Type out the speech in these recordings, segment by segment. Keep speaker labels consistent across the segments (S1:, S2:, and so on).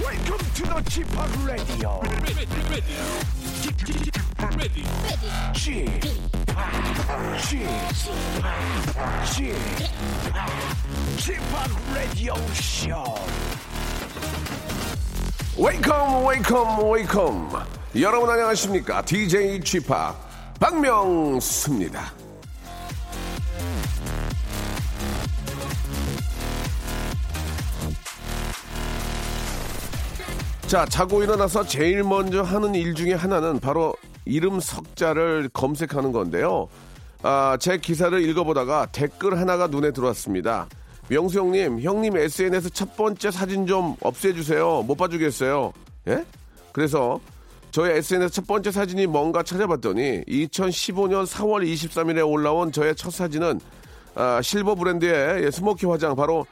S1: Welcome to the Chip Radio.
S2: ready, ready, ready, ready.
S1: Chip, Chip, Chip, Radio Show. Welcome, welcome, welcome. 여러분 안녕하십니까? DJ Chip 박명수입니다. 자, 자고 일어나서 제일 먼저 하는 일 중에 하나는 바로 이름 석자를 검색하는 건데요. 아, 제 기사를 읽어보다가 댓글 하나가 눈에 들어왔습니다. 명수 형님, 형님 SNS 첫 번째 사진 좀 없애주세요. 못 봐주겠어요. 예? 그래서 저의 SNS 첫 번째 사진이 뭔가 찾아봤더니 2015년 4월 23일에 올라온 저의 첫 사진은 아, 실버 브랜드의 예, 스모키 화장 바로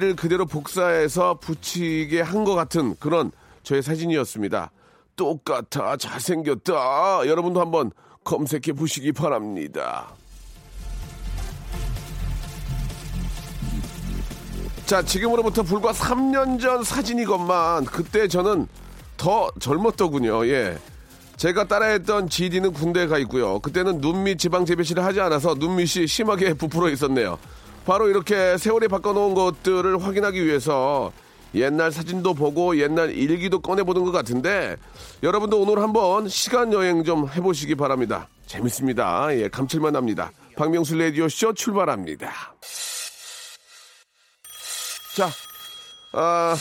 S1: GD를 그대로 복사해서 붙이게 한 것 같은 그런 저의 사진이었습니다. 똑같아 잘생겼다. 여러분도 한번 검색해 보시기 바랍니다. 자, 지금으로부터 불과 3년 전 사진이건만 그때 저는 더 젊었더군요. 예. 제가 따라했던 GD는 군대에 가 있고요. 그때는 눈밑 지방 재배치를 하지 않아서 눈밑이 심하게 부풀어 있었네요. 바로 이렇게 세월이 바꿔놓은 것들을 확인하기 위해서 옛날 사진도 보고 옛날 일기도 꺼내보는 것 같은데 여러분도 오늘 한번 시간 여행 좀 해보시기 바랍니다. 재밌습니다. 예, 감칠맛 납니다. 박명수 레디오 쇼 출발합니다. 자, 아,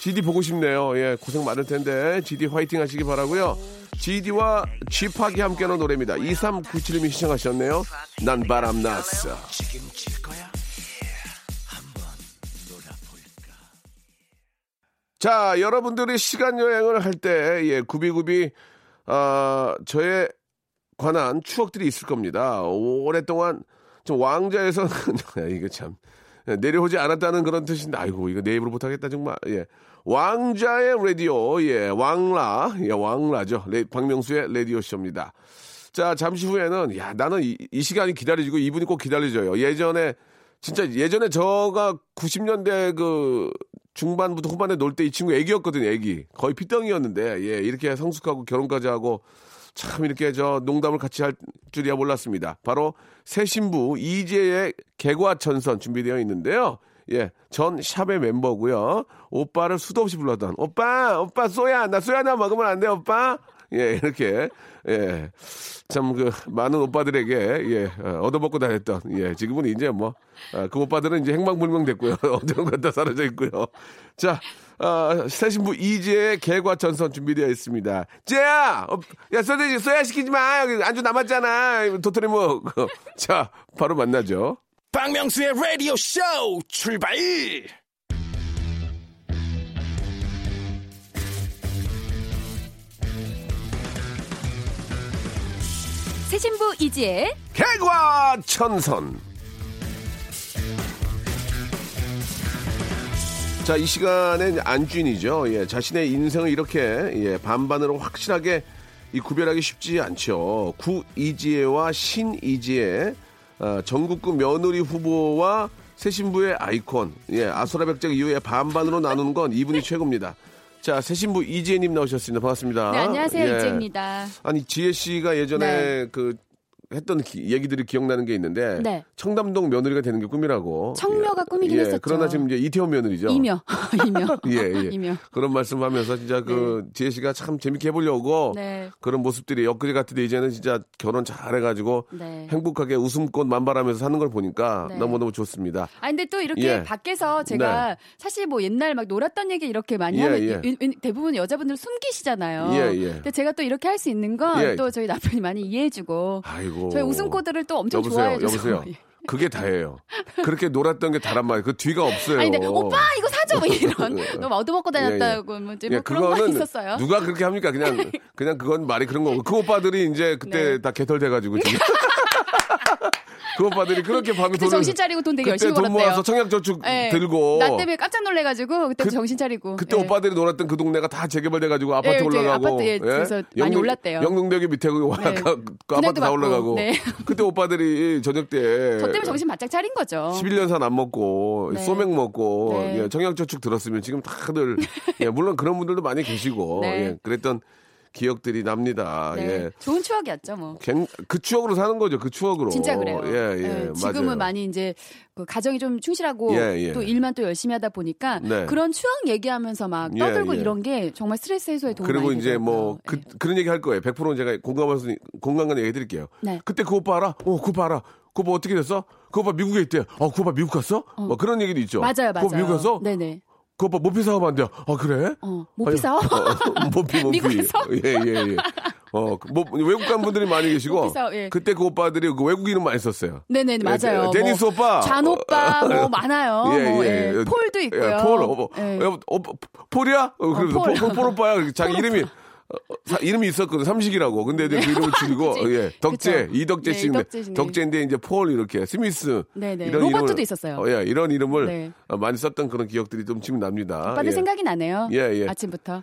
S1: GD 보고 싶네요. 예, 고생 많을 텐데 GD 화이팅 하시기 바라고요. GD와 쥐팍이 함께하는 노래입니다. 2397님이 시청하셨네요. 난 바람 났어. 자, 여러분들이 시간 여행을 할 때, 예, 구비구비, 아, 저의 관한 추억들이 있을 겁니다. 오랫동안 좀 왕자에서 이거 참 예, 내려오지 않았다는 그런 뜻인데 아이고 이거 내 입으로 못하겠다 정말 예 왕자의 라디오 예 왕라 예 왕라죠 레- 박명수의 라디오 쇼입니다 자 잠시 후에는 야 나는 이, 이 시간이 기다려지고 이분이 꼭 기다려져요 예전에 진짜 예전에 저가 90년대 그 중반부터 후반에 놀 때 이 친구 애기였거든요 애기 거의 피덩이였는데 예 이렇게 성숙하고 결혼까지 하고 참 이렇게 저 농담을 같이 할 줄이야 몰랐습니다. 바로 새 신부 이재의 개과천선 준비되어 있는데요. 예, 전 샵의 멤버고요. 오빠를 수도 없이 불렀던 오빠, 오빠 쏘야, 나 쏘야 나 먹으면 안 돼, 오빠. 예, 이렇게 예, 참 그 많은 오빠들에게 예 어, 얻어먹고 다녔던 예, 지금은 이제 뭐 그 오빠들은 이제 행방불명 됐고요. 어디론가 사라져 있고요. 자, 어, 새신부 이재의 개과천선 준비되어 있습니다. 쟤야! 어, 야, 소세지, 소야 시키지 마! 여기 안주 남았잖아! 도토리 묵! 자, 바로 만나죠.
S2: 박명수의 라디오 쇼 출발!
S3: 새신부 이지혜
S1: 개과천선! 자, 이 시간엔 안주인이죠. 예, 자신의 인생을 이렇게 예, 반반으로 확실하게 이 구별하기 쉽지 않죠. 구이지혜와 신이지혜, 어, 전국구 며느리 후보와 새신부의 아이콘, 예, 아소라 백작 이후에 반반으로 나누는 건 이분이 최고입니다. 자, 새신부 이지혜님 나오셨습니다. 반갑습니다.
S3: 네, 안녕하세요
S1: 예.
S3: 이지혜입니다
S1: 아니 지혜 씨가 예전에
S3: 네.
S1: 그 했던 기- 얘기들이 기억나는 게 있는데
S3: 네.
S1: 청담동 며느리가 되는 게 꿈이라고.
S3: 청묘가 꿈이긴
S1: 예,
S3: 했었죠.
S1: 그러나 지금 이제 이태원 며느리죠.
S3: 이며 이며
S1: 어. 예, 예.
S3: 이며
S1: 그런 말씀하면서 진짜 그 지혜 씨가 참 재밌게 해보려고
S3: 네.
S1: 그런 모습들이 엊그제 같은데 이제는 진짜 결혼 잘 해가지고
S3: 네.
S1: 행복하게 웃음꽃 만발하면서 사는 걸 보니까
S3: 네.
S1: 너무너무 좋습니다.
S3: 아 근데 또 이렇게
S1: 예.
S3: 밖에서 제가 사실 뭐 옛날 막 놀았던 얘기 이렇게 많이
S1: 예,
S3: 하면
S1: 예.
S3: 웬- 웬- 대부분 여자분들 숨기시잖아요.
S1: 예, 예.
S3: 근데 제가 또 이렇게 할 수 있는 건
S1: 예.
S3: 또 저희 남편이 많이 이해해주고
S1: 아이고.
S3: 저희 웃음코드를 또 엄청
S1: 여보세요,
S3: 좋아해줘서
S1: 여보세요. 그게 다예요. 그렇게 놀았던 게 다란 말이에요. 그 뒤가 없어요.
S3: 아니 근데 오빠 이거 사줘 뭐 이런
S1: 예.
S3: 너무 얻어먹고 다녔다고 뭐, 이제 뭐
S1: 예,
S3: 그런 거 있었어요.
S1: 누가 그렇게 합니까? 그냥 그냥 그건 말이 그런 거고 그 오빠들이 이제 그때
S3: 네.
S1: 다 개털 돼가지고 지금 그것빠들이 그렇게
S3: 그때
S1: 방송을
S3: 정신 차리고 돈
S1: 그때
S3: 되게 열심히
S1: 돈
S3: 벌었대요.
S1: 모아서 청약저축
S3: 예.
S1: 들고
S3: 나 때문에 깜짝 놀래가지고 그때
S1: 그-
S3: 정신 차리고
S1: 그때
S3: 예.
S1: 오빠들이 놀았던 그 동네가 다 재개발돼가지고 아파트
S3: 예, 저기
S1: 올라가고
S3: 아파트, 예, 그래서 많이 올랐대요.
S1: 영등대교 밑에 그 와-
S3: 네.
S1: 가- 그 아파트 다
S3: 받고.
S1: 올라가고
S3: 네.
S1: 그때 오빠들이 저녁 때
S3: 저 때문에 정신 바짝 차린 거죠.
S1: 11년 산 안 먹고
S3: 어. 네.
S1: 소맥 먹고
S3: 네.
S1: 예, 청약저축 들었으면 지금 다들 예, 물론 그런 분들도 많이 계시고
S3: 네.
S1: 예, 그랬던 기억들이 납니다.
S3: 네.
S1: 예.
S3: 좋은 추억이었죠 뭐.
S1: 괜- 그 추억으로 사는 거죠. 그 추억으로.
S3: 진짜 그래요.
S1: 예, 예,
S3: 예, 지금은
S1: 맞아요.
S3: 많이 이제 그 가정이 좀 충실하고
S1: 예, 예.
S3: 또 일만 또 열심히 하다 보니까
S1: 네.
S3: 그런 추억 얘기하면서 막
S1: 예,
S3: 떠들고
S1: 예.
S3: 이런 게 정말 스트레스 해소에 도움이
S1: 그리고
S3: 많이 네.
S1: 이제 뭐
S3: 되더라고요.
S1: 그, 런 얘기 할 거예요. 100%는 제가 공감할 수 공감간 얘기 드릴게요.
S3: 네.
S1: 그때 그 오빠 알아? 어, 그 오빠 알아. 그 오빠 어떻게 됐어? 그 오빠 미국에 있대. 어, 그 오빠 미국 갔어? 뭐 그런 얘기도 있죠.
S3: 예. 맞아요,
S1: 그 오빠
S3: 맞아요.
S1: 미국 가서?
S3: 네네.
S1: 그 오빠 모피 사업 한대요. 아, 그래?
S3: 어, 모피 사업?
S1: 아니, 어, 어, 모피, 모피.
S3: 미국에서?
S1: 예, 예, 예. 어, 그 뭐, 외국 간 분들이 많이 계시고.
S3: 모피 사업, 예.
S1: 그때 그 오빠들이 그 외국 이름 많이 썼어요.
S3: 네네 맞아요.
S1: 예, 데니스
S3: 뭐
S1: 오빠. 어.
S3: 잔 오빠 뭐 많아요. 뭐, 예. 폴도 있고요.
S1: 예, 폴, 어,
S3: 예.
S1: 어, 어, 폴이야? 어, 그래서 폴,
S3: 폴.
S1: 폴, 폴 오빠야. 자기 이름이. 어, 어, 사- 이름이 있었거든 삼식이라고 근데 이제 그 이름을 줄이고
S3: 그치.
S1: 예 덕재
S3: 그쵸.
S1: 이덕재
S3: 네,
S1: 씨인데
S3: 이덕재 씨네.
S1: 덕재인데 이제 폴 이렇게 스미스
S3: 네네. 로버트도 있었어요.
S1: 어, 예 이런 이름을
S3: 네.
S1: 어, 많이 썼던 그런 기억들이 좀 지금 납니다
S3: 오빠들
S1: 예.
S3: 생각이 나네요.
S1: 예, 예.
S3: 아침부터.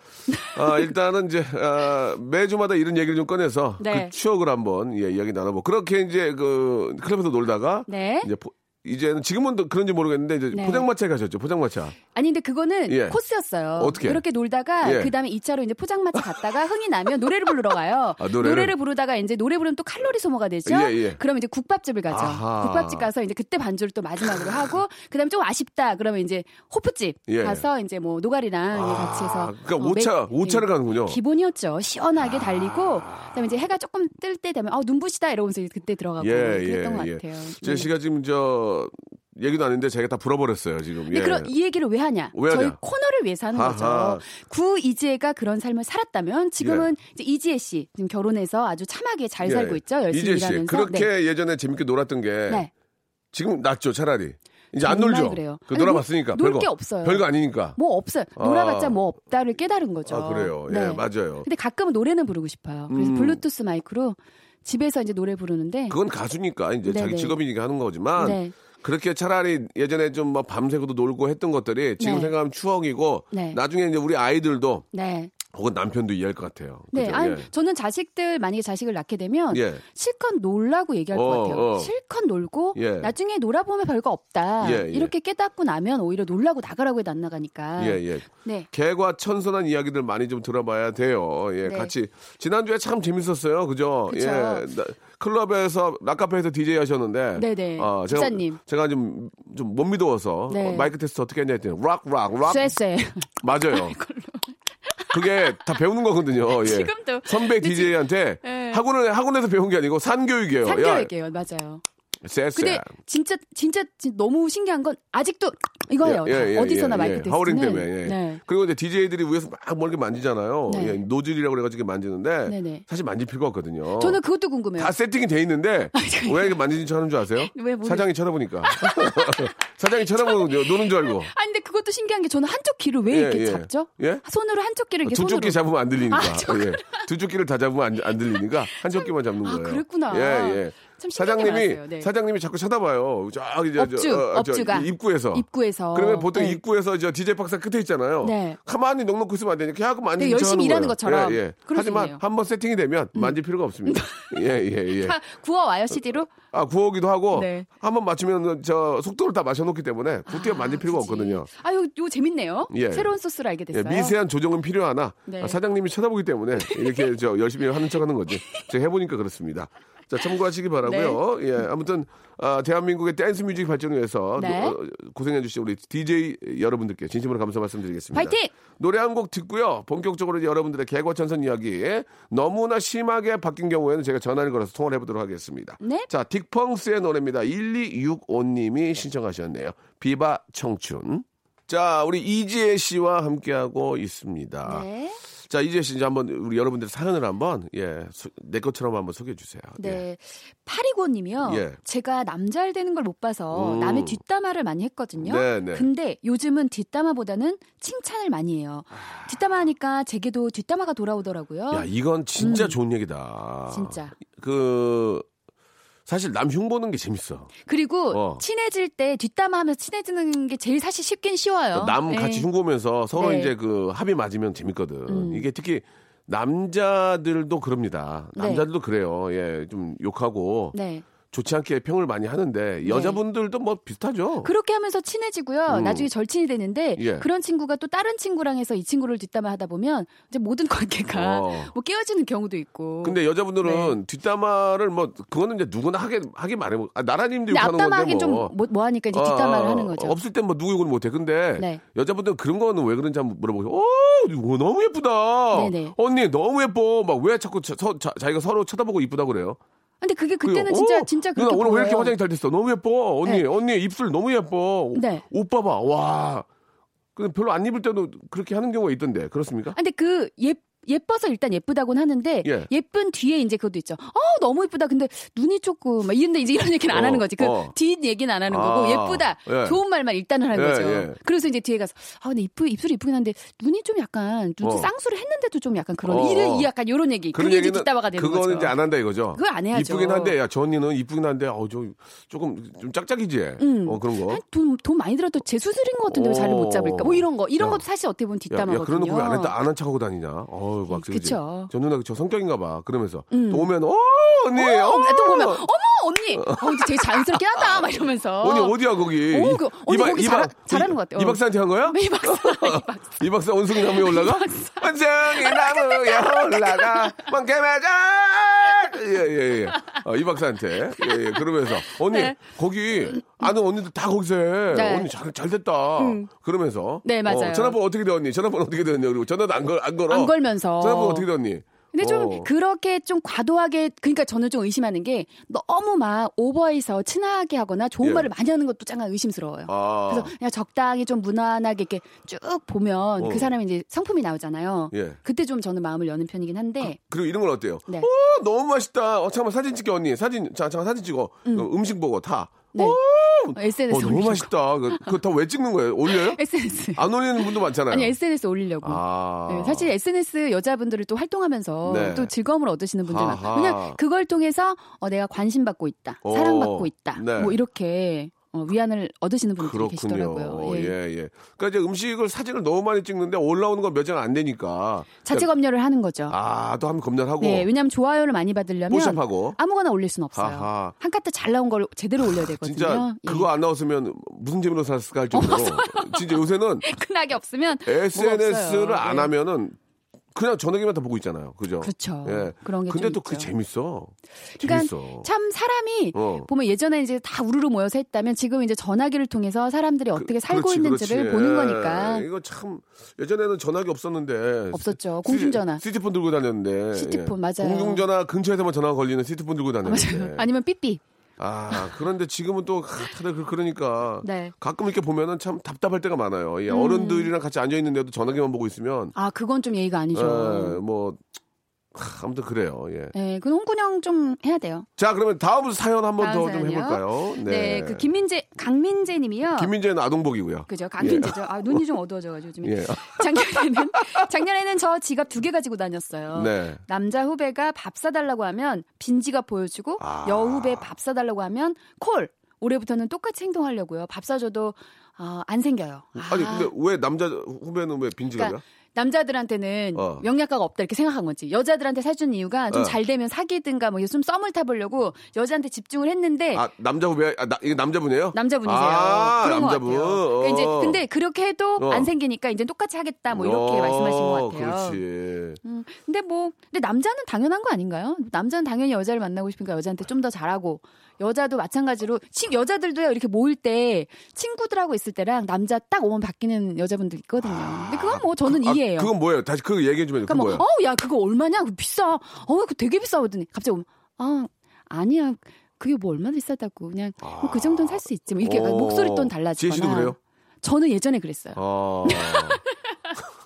S1: 아, 일단은 이제 아, 매주마다 이런 얘기를 좀 꺼내서
S3: 네.
S1: 그 추억을 한번 예, 이야기 나눠보. 고 그렇게 이제 그 클럽에서 놀다가
S3: 네.
S1: 이제 포- 이제는 지금은 또 그런지 모르겠는데 이제
S3: 네.
S1: 포장마차에 가셨죠. 포장마차.
S3: 아니 근데 그거는
S1: 예.
S3: 코스였어요.
S1: 어떻게?
S3: 그렇게 놀다가
S1: 예.
S3: 그다음에 2차로 이제 포장마차 갔다가 흥이 나면 노래를 부르러 가요.
S1: 아, 노래를?
S3: 부르다가 이제 노래 부르면 또 칼로리 소모가 되죠.
S1: 예, 예.
S3: 그럼 이제 국밥집을 가죠.
S1: 아하.
S3: 국밥집 가서 이제 그때 반주를 또 마지막으로 하고 그다음에 좀 아쉽다 그러면 이제 호프집
S1: 예.
S3: 가서 이제 뭐 노가리랑 같이 해서
S1: 그러니까 오차
S3: 맥-
S1: 오차를 아.
S3: 예.
S1: 가는군요.
S3: 기본이었죠. 시원하게 달리고 그다음에 이제 해가 조금 뜰 때 되면 아 눈부시다 이러면서 이제 그때 들어가고
S1: 예,
S3: 그랬던
S1: 예,
S3: 것
S1: 예.
S3: 같아요.
S1: 제
S3: 네.
S1: 씨가 지금 저 얘기도 아닌데 자기가 다 불어버렸어요 지금. 예.
S3: 근데 네, 그런 이 얘기를 왜 하냐?
S1: 왜 하냐?
S3: 저희 코너를 위해서 하는
S1: 아하.
S3: 거죠. 구 이지혜가 그런 삶을 살았다면 지금은
S1: 네.
S3: 이제 이지혜 씨 지금 결혼해서 아주 참하게 잘 살고 있죠. 열심히
S1: 예. 이재 씨
S3: 일하면서.
S1: 그렇게 예전에 재밌게 놀았던 게
S3: 네. 네.
S1: 지금 낫죠 차라리. 이제 안
S3: 정말
S1: 놀죠.
S3: 그래요.
S1: 그
S3: 아니,
S1: 놀아봤으니까
S3: 놀
S1: 별거
S3: 게 없어요.
S1: 별거 아니니까.
S3: 뭐 없어요. 놀아봤자
S1: 아.
S3: 뭐 없다를 깨달은 거죠.
S1: 아 그래요. 예
S3: 네.
S1: 맞아요.
S3: 근데 가끔은 노래는 부르고 싶어요. 그래서
S1: 음.
S3: 블루투스 마이크로 집에서 이제 노래 부르는데
S1: 그건 가수니까 이제
S3: 네. 네네.
S1: 자기 직업이니까 하는 거지만
S3: 네.
S1: 그렇게 차라리 예전에 좀 막 밤새고도 놀고 했던 것들이 지금
S3: 네.
S1: 생각하면 추억이고
S3: 네.
S1: 나중에 이제 우리 아이들도
S3: 네.
S1: 혹은 남편도 이해할 것 같아요.
S3: 네.
S1: 그죠?
S3: 아니 저는 자식들 만약에 자식을 낳게 되면
S1: 예. 예.
S3: 실컷 놀라고 얘기할
S1: 어,
S3: 것 같아요.
S1: 어.
S3: 실컷 놀고
S1: 예.
S3: 나중에 놀아보면 별거 없다.
S1: 예, 예.
S3: 이렇게 깨닫고 나면 오히려 놀라고 나가라고 해도 안 나가니까.
S1: 예, 예.
S3: 네.
S1: 개과 천선한 이야기들 많이 좀 들어봐야 돼요. 예,
S3: 네.
S1: 같이 지난주에 참 재밌었어요. 그죠?
S3: 그쵸.
S1: 예. 나- 클럽에서 락카페에서 DJ 하셨는데
S3: 네네.
S1: 아, 제가,
S3: 기사님.
S1: 제가 좀 좀 못 믿어서
S3: 네.
S1: 어, 마이크 테스트 어떻게 했냐 했더니 락락락
S3: 쎄쎄.
S1: 맞아요. 그게 다 배우는 거거든요. 예.
S3: 지금도.
S1: 선배
S3: 근데
S1: DJ한테
S3: 예.
S1: 학원을 학원에서 배운 게 아니고 산교육이에요.
S3: 산교육이에요. 맞아요.
S1: 야, 쎄, 쎄.
S3: 근데 진짜 진짜 진- 너무 신기한 건 아직도 이거예요.
S1: 예, 예, 예,
S3: 어디서나
S1: 예,
S3: 마이크
S1: 예.
S3: 테스트는.
S1: 하우링 때문에. 예.
S3: 네.
S1: 그리고 이제 DJ들이 위에서 막 멀게 만지잖아요.
S3: 네.
S1: 예, 노즐이라고 그래가지고 이렇게 만지는데
S3: 네네.
S1: 사실 만질 필요가 없거든요.
S3: 저는 그것도 궁금해요.
S1: 예. 어.
S3: 아,
S1: 다 세팅이 돼 있는데 왜 이렇게 만지는 척 하는 줄 아세요?
S3: 왜 모르겠-
S1: 사장이 쳐다보니까 사장이 쳐다보거든요. 노는 줄 알고.
S3: 아니 근데 그것도 신기한 게 저는 한쪽 귀를 왜
S1: 예,
S3: 이렇게
S1: 예.
S3: 잡죠?
S1: 예?
S3: 손으로 한쪽 귀를 이렇게
S1: 두
S3: 손으로
S1: 조끼 잡으면 안 들리니까.
S3: 아, 저-
S1: 예. 두 조끼를 다 잡으면 안, 안 들리니까 한 조끼만 잡는
S3: 아,
S1: 거예요.
S3: 그랬구나.
S1: 예, 예.
S3: 참 신기한 게
S1: 사장님이
S3: 많았어요. 네.
S1: 사장님이 자꾸 쳐다봐요. 저 이제
S3: 업주,
S1: 저, 어, 저
S3: 업주가.
S1: 입구에서.
S3: 입구에서
S1: 그러면 보통
S3: 네.
S1: 입구에서 저 DJ 박사 끝에 있잖아요.
S3: 네.
S1: 가만히 넉넉히 있으면 안 되니까 하고 만지는
S3: 되게
S1: 척
S3: 열심히
S1: 하는
S3: 일하는
S1: 거예요.
S3: 것처럼.
S1: 예, 예.
S3: 그럴 수
S1: 하지만
S3: 있네요. 음.
S1: 한 번 세팅이 되면 만질 필요가 없습니다. 예, 예, 예.
S3: 다 구워 와요 CD로.
S1: 아, 구워오기도 하고
S3: 네.
S1: 한 번 맞추면 저 속도를 다 맞춰놓기 때문에 굳이 만질 필요가 없거든요.
S3: 아, 요, 요 재밌네요.
S1: 예.
S3: 새로운 소스를 알게
S1: 예,
S3: 됐어요.
S1: 미세한 조정은 필요하나
S3: 네.
S1: 아, 사장님이 쳐다보기 때문에 이렇게 저 열심히 하는 척하는 거지. 제가 해보니까 그렇습니다. 자 참고하시기 바라고요. 예, 아무튼 아, 대한민국의 댄스 뮤직 발전을 위해서
S3: 네.
S1: 노- 어, 고생해주신 우리 DJ 여러분들께 진심으로 감사 말씀드리겠습니다.
S3: 파이팅!
S1: 노래 한 곡 듣고요. 본격적으로 이제 여러분들의 개과천선 이야기 너무나 심하게 바뀐 경우에는 제가 전화를 걸어서 통화를 해보도록 하겠습니다.
S3: 네.
S1: 자 딕펑스의 노래입니다. 1265님이 신청하셨네요. 비바 청춘. 자 우리 이지혜 씨와 함께하고 있습니다.
S3: 네.
S1: 자 이지혜 씨 이제 한번 우리 여러분들의 사연을 한번 예내 것처럼 한번 소개해 주세요. 예.
S3: 네. 파리고님이요.
S1: 예.
S3: 제가 남잘 되는 걸 못 봐서
S1: 음.
S3: 남의 뒷담화를 많이 했거든요.
S1: 네, 네.
S3: 근데 요즘은 뒷담화보다는 칭찬을 많이 해요.
S1: 아.
S3: 뒷담화 하니까 제게도 뒷담화가 돌아오더라고요.
S1: 야 이건 진짜 좋은 얘기다.
S3: 진짜.
S1: 그 사실 남 흉 보는 게 재밌어.
S3: 그리고
S1: 어.
S3: 친해질 때 뒷담화하면서 친해지는 게 제일 사실 쉽긴
S1: 그러니까
S3: 쉬워요.
S1: 어, 남
S3: 예.
S1: 같이 흉 보면서 서로
S3: 네.
S1: 이제 그 합이 맞으면 재밌거든.
S3: 음.
S1: 이게 특히 남자들도 그럽니다.
S3: 네.
S1: 남자들도 그래요. 예, 좀 욕하고
S3: 네.
S1: 좋지 않게 평을 많이 하는데 여자분들도 뭐 비슷하죠.
S3: 그렇게 하면서 친해지고요.
S1: 음.
S3: 나중에 절친이 되는데
S1: 예.
S3: 그런 친구가 또 다른 친구랑 해서 이 친구를 뒷담화하다 보면 이제 모든 관계가
S1: 어.
S3: 뭐 깨어지는 경우도 있고. 네.
S1: 근데 여자분들은 뒷담화를 뭐 그거는 이제 누구나 하게 하게 말해. 아, 나라님도
S3: 근데
S1: 욕하는 건데
S3: 앞담화하긴
S1: 뭐.
S3: 좀 뭐, 하니까 이제
S1: 아,
S3: 뒷담화를
S1: 아,
S3: 하는 거죠.
S1: 없을 땐 뭐 누구 욕은 못해. 근데
S3: 네.
S1: 여자분들은 그런 거는 왜 그런지 한번 물어보고, 어, 이거 너무 예쁘다.
S3: 네네.
S1: 언니 너무 예뻐. 막 왜 자꾸 저- 서- 자, 기가 서로 쳐다보고 이쁘다 그래요?
S3: 근데 그게
S1: 그리고,
S3: 그때는 진짜
S1: 어,
S3: 진짜
S1: 누나
S3: 그렇게
S1: 오늘 왜 이렇게
S3: 보여요.
S1: 화장이 잘 됐어? 너무 예뻐. 언니
S3: 네.
S1: 언니 입술 너무 예뻐.
S3: 네.
S1: 오빠 봐. 와. 근데 별로 안 입을 때도 그렇게 하는 경우가 있던데 그렇습니까?
S3: 아, 근데 그 예, 예뻐서 일단 예쁘다고는 하는데
S1: 예.
S3: 예. 쁜 뒤에 이제 그것도 있죠. 어 너무 예쁘다. 근데 눈이 조금 막 이런데 이제 이런 얘기는 안
S1: 어,
S3: 하는 거지. 그
S1: 어.
S3: 뒷 얘기는 안 하는
S1: 아,
S3: 거고 예쁘다.
S1: 예.
S3: 좋은 말만 일단은 하는
S1: 예,
S3: 거죠.
S1: 예.
S3: 그래서 이제 뒤에 가서 아 근데 이쁘 입술이 이쁘긴 한데 눈이 좀 약간 눈
S1: 어.
S3: 쌍수를 했는데도 좀 약간 그런
S1: 어,
S3: 이런
S1: 어.
S3: 이 약간 요런 얘기. 그게 이제 뒷담화가 되는
S1: 그거는
S3: 거죠.
S1: 이제 안 한다 이거죠.
S3: 그거 안 해야죠.
S1: 이쁘긴 한데 야저 언니는 이쁘긴 한데 어저 조금 좀 짝짝이지.
S3: 음.
S1: 어 그런 거.
S3: 한 돈, 돈 많이 들어도 제 수술인 것 같은데 왜 자리를 못 잡을까? 뭐 이런 거. 이런
S1: 야.
S3: 것도 사실 어떻게 보면
S1: 야,
S3: 뒷담화거든요. 어,
S1: 그런 거왜안 했다 안한 척하고 다니냐. 어우 막
S3: 예,
S1: 그러지.
S3: 그쵸.
S1: 저 누나 저 성격인가 봐. 그러면서
S3: 음.
S1: 또 오면 어 언니 어,
S3: 어, 또 보면 어머 언니 어, 이제 되게 자연스럽게 한다 막 이러면서
S1: 언니 어디야 거기?
S3: 오, 그 언니
S1: 이박-
S3: 거기
S1: 이박-
S3: 잘하- 잘하는 것 같아요. 어.
S1: 이 박사한테 한 거야?
S3: 이 박사 이 박사
S1: 어, 이 박사 원숭이 나무에 올라가?
S3: 박사.
S1: 원숭이 나무에 올라가 멍게 맞아 예예예 어, 이 박사한테 예예 그러면서 언니
S3: 네.
S1: 거기 아는 언니들 다 거기서 해
S3: 네.
S1: 언니 잘, 잘 됐다 그러면서
S3: 네, 맞아요.
S1: 어, 전화번호 어떻게 돼 언니 전화번호 어떻게 돼 언니 그리고 전화도 안, 걸, 안 걸어
S3: 안 걸면서
S1: 전화번호 어떻게 돼 언니
S3: 근데 좀
S1: 어.
S3: 그렇게 좀 과도하게 그러니까 저는 좀 의심하는 게 너무 막 오버해서 친하게 하거나 좋은
S1: 예.
S3: 말을 많이 하는 것도 잠깐 의심스러워요.
S1: 아.
S3: 그래서 그냥 적당히 좀 무난하게 이렇게 쭉 보면
S1: 어.
S3: 그 사람이 이제 성품이 나오잖아요.
S1: 예.
S3: 그때 좀 저는 마음을 여는 편이긴 한데
S1: 그리고 이런 건 어때요?
S3: 네.
S1: 오, 너무 맛있다. 어, 잠깐만 사진 찍게 언니. 사진 자, 잠깐 사진 찍어. 음. 식 보고 다.
S3: 네.
S1: 오,
S3: SNS
S1: 어, 너무
S3: 올리고.
S1: 맛있다. 그- 그거 다 왜 찍는 거예요? 올려요?
S3: SNS
S1: 안 올리는 분도 많잖아요.
S3: 아니 SNS 올리려고.
S1: 아.
S3: 네, 사실 SNS 여자분들을 또 활동하면서
S1: 네.
S3: 또 즐거움을 얻으시는 분들
S1: 아하.
S3: 많고 그냥 그걸 통해서 어, 내가 관심 받고 있다,
S1: 오,
S3: 사랑받고 있다,
S1: 네.
S3: 뭐 이렇게 어, 위안을 얻으시는 분들이
S1: 그렇군요.
S3: 계시더라고요.
S1: 예.
S3: 예.
S1: 예, 그러니까 이제 음식을 사진을 너무 많이 찍는데 올라오는 거 몇 장 안 되니까.
S3: 자체 검열을 하는 거죠.
S1: 그러니까 아, 또 한번 검열하고.
S3: 네, 왜냐하면 좋아요를 많이 받으려면
S1: 포샵하고.
S3: 아무거나 올릴 순 없어요.
S1: 아하.
S3: 한 카트 잘 나온 걸 제대로 올려야 되거든요.
S1: 진짜
S3: 예. 어,
S1: 그거 안 나왔으면 무슨 재미로 살았을까 할 정도로. 진짜 요새는
S3: 큰하게 예. 없으면 뭐가
S1: SNS를
S3: 없어요.
S1: 안
S3: 예.
S1: 하면은 그냥 저녁에만 다 보고 있잖아요. 그죠?
S3: 그렇죠.
S1: 예.
S3: 그런 게
S1: 근데
S3: 좀
S1: 또 그게
S3: 있죠.
S1: 재밌어.
S3: 그러니까 뭐
S1: 재밌어.
S3: 참 사람이
S1: 어.
S3: 보면 예전에 이제 다 우르르 모여서 했다면 지금 이제 전화기를 통해서 사람들이 어떻게 살고
S1: 그렇지,
S3: 있는지를
S1: 그렇지.
S3: 보는
S1: 예. 예.
S3: 거니까
S1: 이거 참 예전에는 전화기 없었는데
S3: 없었죠.
S1: 시-
S3: 어, 공중전화.
S1: 시티폰 들고 다녔는데 예.
S3: 시티폰, 맞아요.
S1: 공중전화 근처에서만 전화 가 걸리는 시티폰 들고 다녔는데
S3: 아니면 삐삐
S1: 아 그런데 지금은 또 하, 다들 그- 그러니까
S3: 네. 음.
S1: 가끔 이렇게 보면은 참 답답할 때가 많아요. 예, 어른들이랑 같이 앉아 있는데도 전화기만 보고 있으면
S3: 아 그건 좀 예의가
S1: 예,
S3: 아니죠
S1: 뭐 하, 아무튼 그래요. 예.
S3: 네 그건 홍군형 좀 해야 돼요
S1: 자 그러면 다음 사연 한 번
S3: 다음
S1: 더 좀
S3: 사연이요?
S1: 해볼까요?
S3: 네 그 김민재 어. 강민재님이요
S1: 김민재는 아동복이고요.
S3: 그죠 강민재죠 아 눈이 좀 어두워져가지고 요즘에
S1: 예.
S3: 작년에는 작년에는 저 지갑 두 개 가지고 다녔어요
S1: 네.
S3: 남자 후배가 밥 사달라고 하면 빈 지갑 보여주고
S1: 아.
S3: 여후배 밥 사달라고 하면 콜 올해부터는 똑같이 행동하려고요 밥 사줘도 아, 안 생겨요 아,
S1: 음, 아니 근데 왜 남자 후배는 왜 빈지갑이야?
S3: 그러니까 남자들한테는
S1: 어.
S3: 영양가가 없다 이렇게 생각한 거지. 여자들한테 사준 이유가
S1: 어.
S3: 좀 잘 되면 사귀든가 뭐 좀 썸을 타보려고 여자한테 집중을 했는데
S1: 아 남자 후배 아, 나, 이게 남자분이에요?
S3: 네. 남자분이세요.
S1: 아,
S3: 그런
S1: 남자분.
S3: 것 같아요. 그러니까 이제
S1: 어.
S3: 근데 그렇게 해도
S1: 어.
S3: 안 생기니까 이제 똑같이 하겠다 뭐 이렇게
S1: 어,
S3: 말씀하신 것 같아요.
S1: 그렇지.
S3: 음, 근데 뭐 근데 남자는 당연한 거 아닌가요? 남자는 당연히 여자를 만나고 싶으니까 여자한테 좀 더 잘하고 여자도 마찬가지로 친 여자들도요 이렇게 모일 때 친구들하고 있을 때랑 남자 딱 오면 바뀌는 여자분들 있거든요. 근데 그건 뭐 저는
S1: 아,
S3: 이해해요.
S1: 그건 뭐예요? 다시 그 얘기해 주면
S3: 그러니까
S1: 그건
S3: 뭐,
S1: 뭐예요?
S3: 어, 야, 그거 얼마냐? 그거 비싸. 어, 그거 되게 비싸. 하더니 갑자기 오면, 아, 아니야. 그게 뭐 얼마나 비싸다고. 그냥 뭐그 정도는 살 수 있지. 뭐 이렇게
S1: 어.
S3: 목소리 톤
S1: 지혜
S3: 달라지거나. 그러니까.
S1: 씨도 그래요?
S3: 저는 예전에 그랬어요.
S1: 어.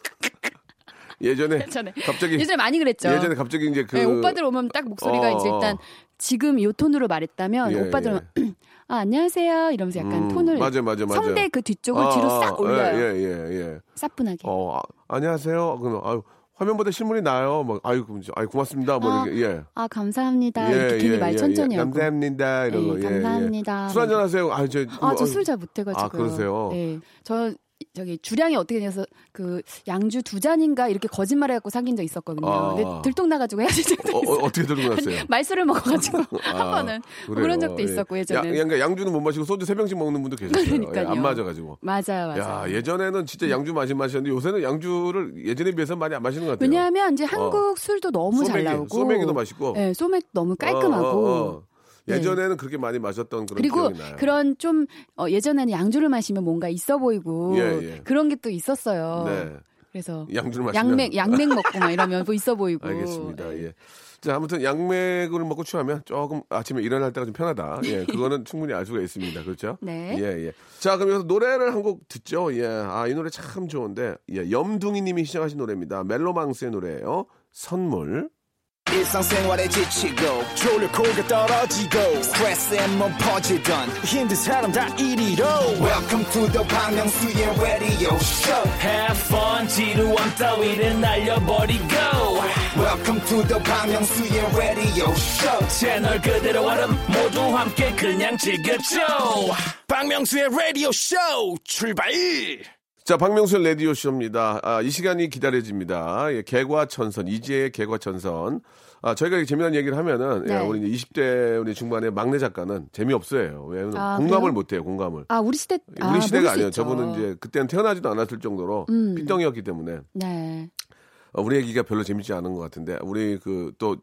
S1: 예전에
S3: 예전에.
S1: 갑자기
S3: 예전에 많이 그랬죠.
S1: 예전에 갑자기 이제 그
S3: 네, 오빠들 오면 딱 목소리가
S1: 어,
S3: 이제 일단
S1: 어.
S3: 지금 요 톤으로 말했다면
S1: 예,
S3: 오빠들 오면 아, 안녕하세요 이러면서 약간
S1: 음,
S3: 톤을
S1: 맞아요, 맞아요, 맞아요.
S3: 성대 그 뒤쪽을 뒤로
S1: 아,
S3: 싹
S1: 아,
S3: 올려요.
S1: 예, 예, 예.
S3: 사뿐하게.
S1: 어, 아, 안녕하세요. 그러면 아유, 화면보다 실물이 나요. 막 아유, 아유 고맙습니다. 뭐
S3: 아,
S1: 이렇게 예.
S3: 아 감사합니다.
S1: 예,
S3: 이렇게 괜히 말 천천히
S1: 예.
S3: 하고.
S1: 감사합니다. 이런
S3: 예,
S1: 거. 예,
S3: 감사합니다.
S1: 예. 술 한잔 하세요. 아, 저,
S3: 아, 저 술 잘 못해가지고.
S1: 아, 그러세요?
S3: 예. 저, 저기, 주량이 어떻게 돼서, 그, 양주 두 잔인가 이렇게 거짓말 해갖고 사귄 적 있었거든요.
S1: 아.
S3: 근데 들통나가지고 헤어진 적도
S1: 어,
S3: 있어요.
S1: 어, 어떻게 들고 갔어요?
S3: 말술을 먹어가지고, 한
S1: 아,
S3: 번은. 뭐
S1: 그래요.
S3: 그런 적도
S1: 예.
S3: 있었고,
S1: 야,
S3: 예전에.
S1: 그러니까 양주는 못 마시고 소주 세 병씩 먹는 분도 계셨어요. 예, 안
S3: 그러니까요.
S1: 맞아가지고.
S3: 맞아요, 맞아요.
S1: 야, 예전에는 진짜 양주 많이 마셨는데 요새는 양주를 예전에 비해서 많이 안 마시는 것 같아요. 어.
S3: 왜냐하면 이제 한국 술도 너무 잘
S1: 소맥이,
S3: 나오고.
S1: 소맥이도 맛있고.
S3: 예, 소맥 너무 깔끔하고.
S1: 어, 어, 어.
S3: 네.
S1: 예전에는 그렇게 많이 마셨던 그런
S3: 그리고
S1: 기억이 나요.
S3: 그런 좀 어, 예전에는 양주를 마시면 뭔가 있어 보이고
S1: 예, 예.
S3: 그런 게 또 있었어요.
S1: 네.
S3: 그래서
S1: 양주를 마시면
S3: 양맥 양맥 먹고 막 이러면 뭐 있어 보이고.
S1: 알겠습니다. 예. 자, 아무튼 양맥을 먹고 취하면 조금 아침에 일어날 때가 좀 편하다. 예, 그거는 충분히 알 수가 있습니다. 그렇죠?
S3: 네.
S1: 예, 예. 자, 그럼 여기서 노래를 한 곡 듣죠. 예. 아, 이 노래 참 좋은데. 예, 염둥이 님이 시작하신 노래입니다. 멜로망스의 노래예요. 선물.
S4: 일상생활에 지치고, 졸려 코가 떨어지고, 스트레스에 몸 퍼지던, 힘든 사람 다 이리로. welcome to the Bang Myung-soo's radio show
S2: Have fun 지루한 따위를 날려버리고
S4: welcome to the Bang Myung-soo's radio show
S2: 채널 그대로 얼음 모두 함께 그냥 즐겨줘 박명수의 라디오 쇼 출발
S1: 자, 박명수의 라디오 쇼입니다. 아, 이 시간이 기다려집니다. 예, 개과천선, 이지혜의 개과천선. 아, 저희가 이렇게 재미난 얘기를 하면은, 예,
S3: 네.
S1: 우리 이제 20대 우리 중반의 막내 작가는 재미없어요. 왜냐면
S3: 아,
S1: 공감을
S3: 그래요?
S1: 못해요, 공감을.
S3: 아 우리 시대
S1: 우리
S3: 아, 모를 수
S1: 시대가 아니에요.
S3: 있죠.
S1: 저분은 이제 그때는 태어나지도 않았을 정도로
S3: 음.
S1: 핏덩이였기 때문에
S3: 네.
S1: 어, 우리 얘기가 별로 재밌지 않은 것 같은데 우리 그 또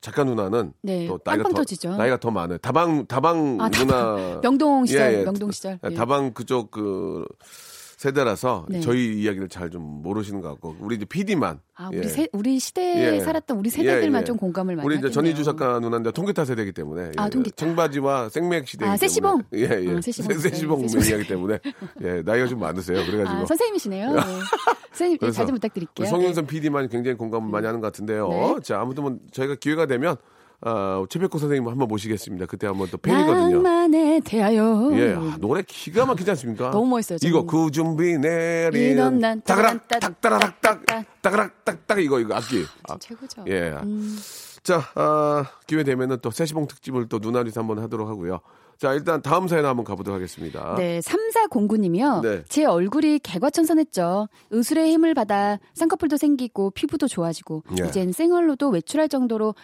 S1: 작가 누나는
S3: 네,
S1: 또 나이가
S3: 빵빵
S1: 더
S3: 터지죠.
S1: 나이가 더 많아요. 다방 다방
S3: 아, 다방.
S1: 누나
S3: 명동 시절,
S1: 예, 예.
S3: 명동 시절. 예.
S1: 다방 그쪽 그 세대라서
S3: 네.
S1: 저희 이야기를 잘 좀 모르시는 것 같고 우리 이제 PD만
S3: 아 우리 세, 우리 시대에
S1: 예.
S3: 살았던 우리 세대들만
S1: 예, 예.
S3: 좀 공감을 많이
S1: 우리 이제
S3: 하겠네요.
S1: 전희주 작가 누나인데 통기타 세대이기 때문에 예.
S3: 아, 통기타.
S1: 청바지와 생맥 시대
S3: 아, 세시봉.
S1: 예예
S3: 아, 세시봉. 네,
S1: 세시봉
S3: 세시봉.
S1: 이야기 때문에 예 나이가 좀 많으세요 그래가지고
S3: 아, 선생님이시네요. 네. 선생님 예,
S1: 그래서
S3: 잘 좀
S1: 우리
S3: 부탁드릴게요.
S1: 성윤선 PD만 굉장히 공감을 많이 하는 것 같은데요.
S3: 네.
S1: 자, 아무튼 뭐 저희가 기회가 되면 어, 최백호 선생님 한번 모시겠습니다. 그때 한번 또
S3: 네.
S1: 팬이거든요.
S3: 낭만에 대하여.
S1: 예, 아, 노래 기가 막히지 않습니까?
S3: 너무 멋있어요, 저는.
S1: 이거 그 준비
S3: 이런
S1: 내리는
S3: 난
S1: 따가락
S3: 따-
S1: 딱따라락 딱
S3: 따-
S1: 따가락 딱딱 이거 이거 악기. 아,
S3: 최고죠.
S1: 예.
S3: 음.
S1: 자, 아, 기회 되면은 또 세시봉 특집을 또 누나리에서 한번 하도록 하고요. 자, 일단 다음 사연 한번 가보도록 하겠습니다.
S3: 네, 3409님이요.
S1: 네.
S3: 제 얼굴이 개과천선했죠. 의술의 힘을 받아 쌍꺼풀도 생기고 피부도 좋아지고
S1: 예.
S3: 이젠 생얼로도 외출할 정도로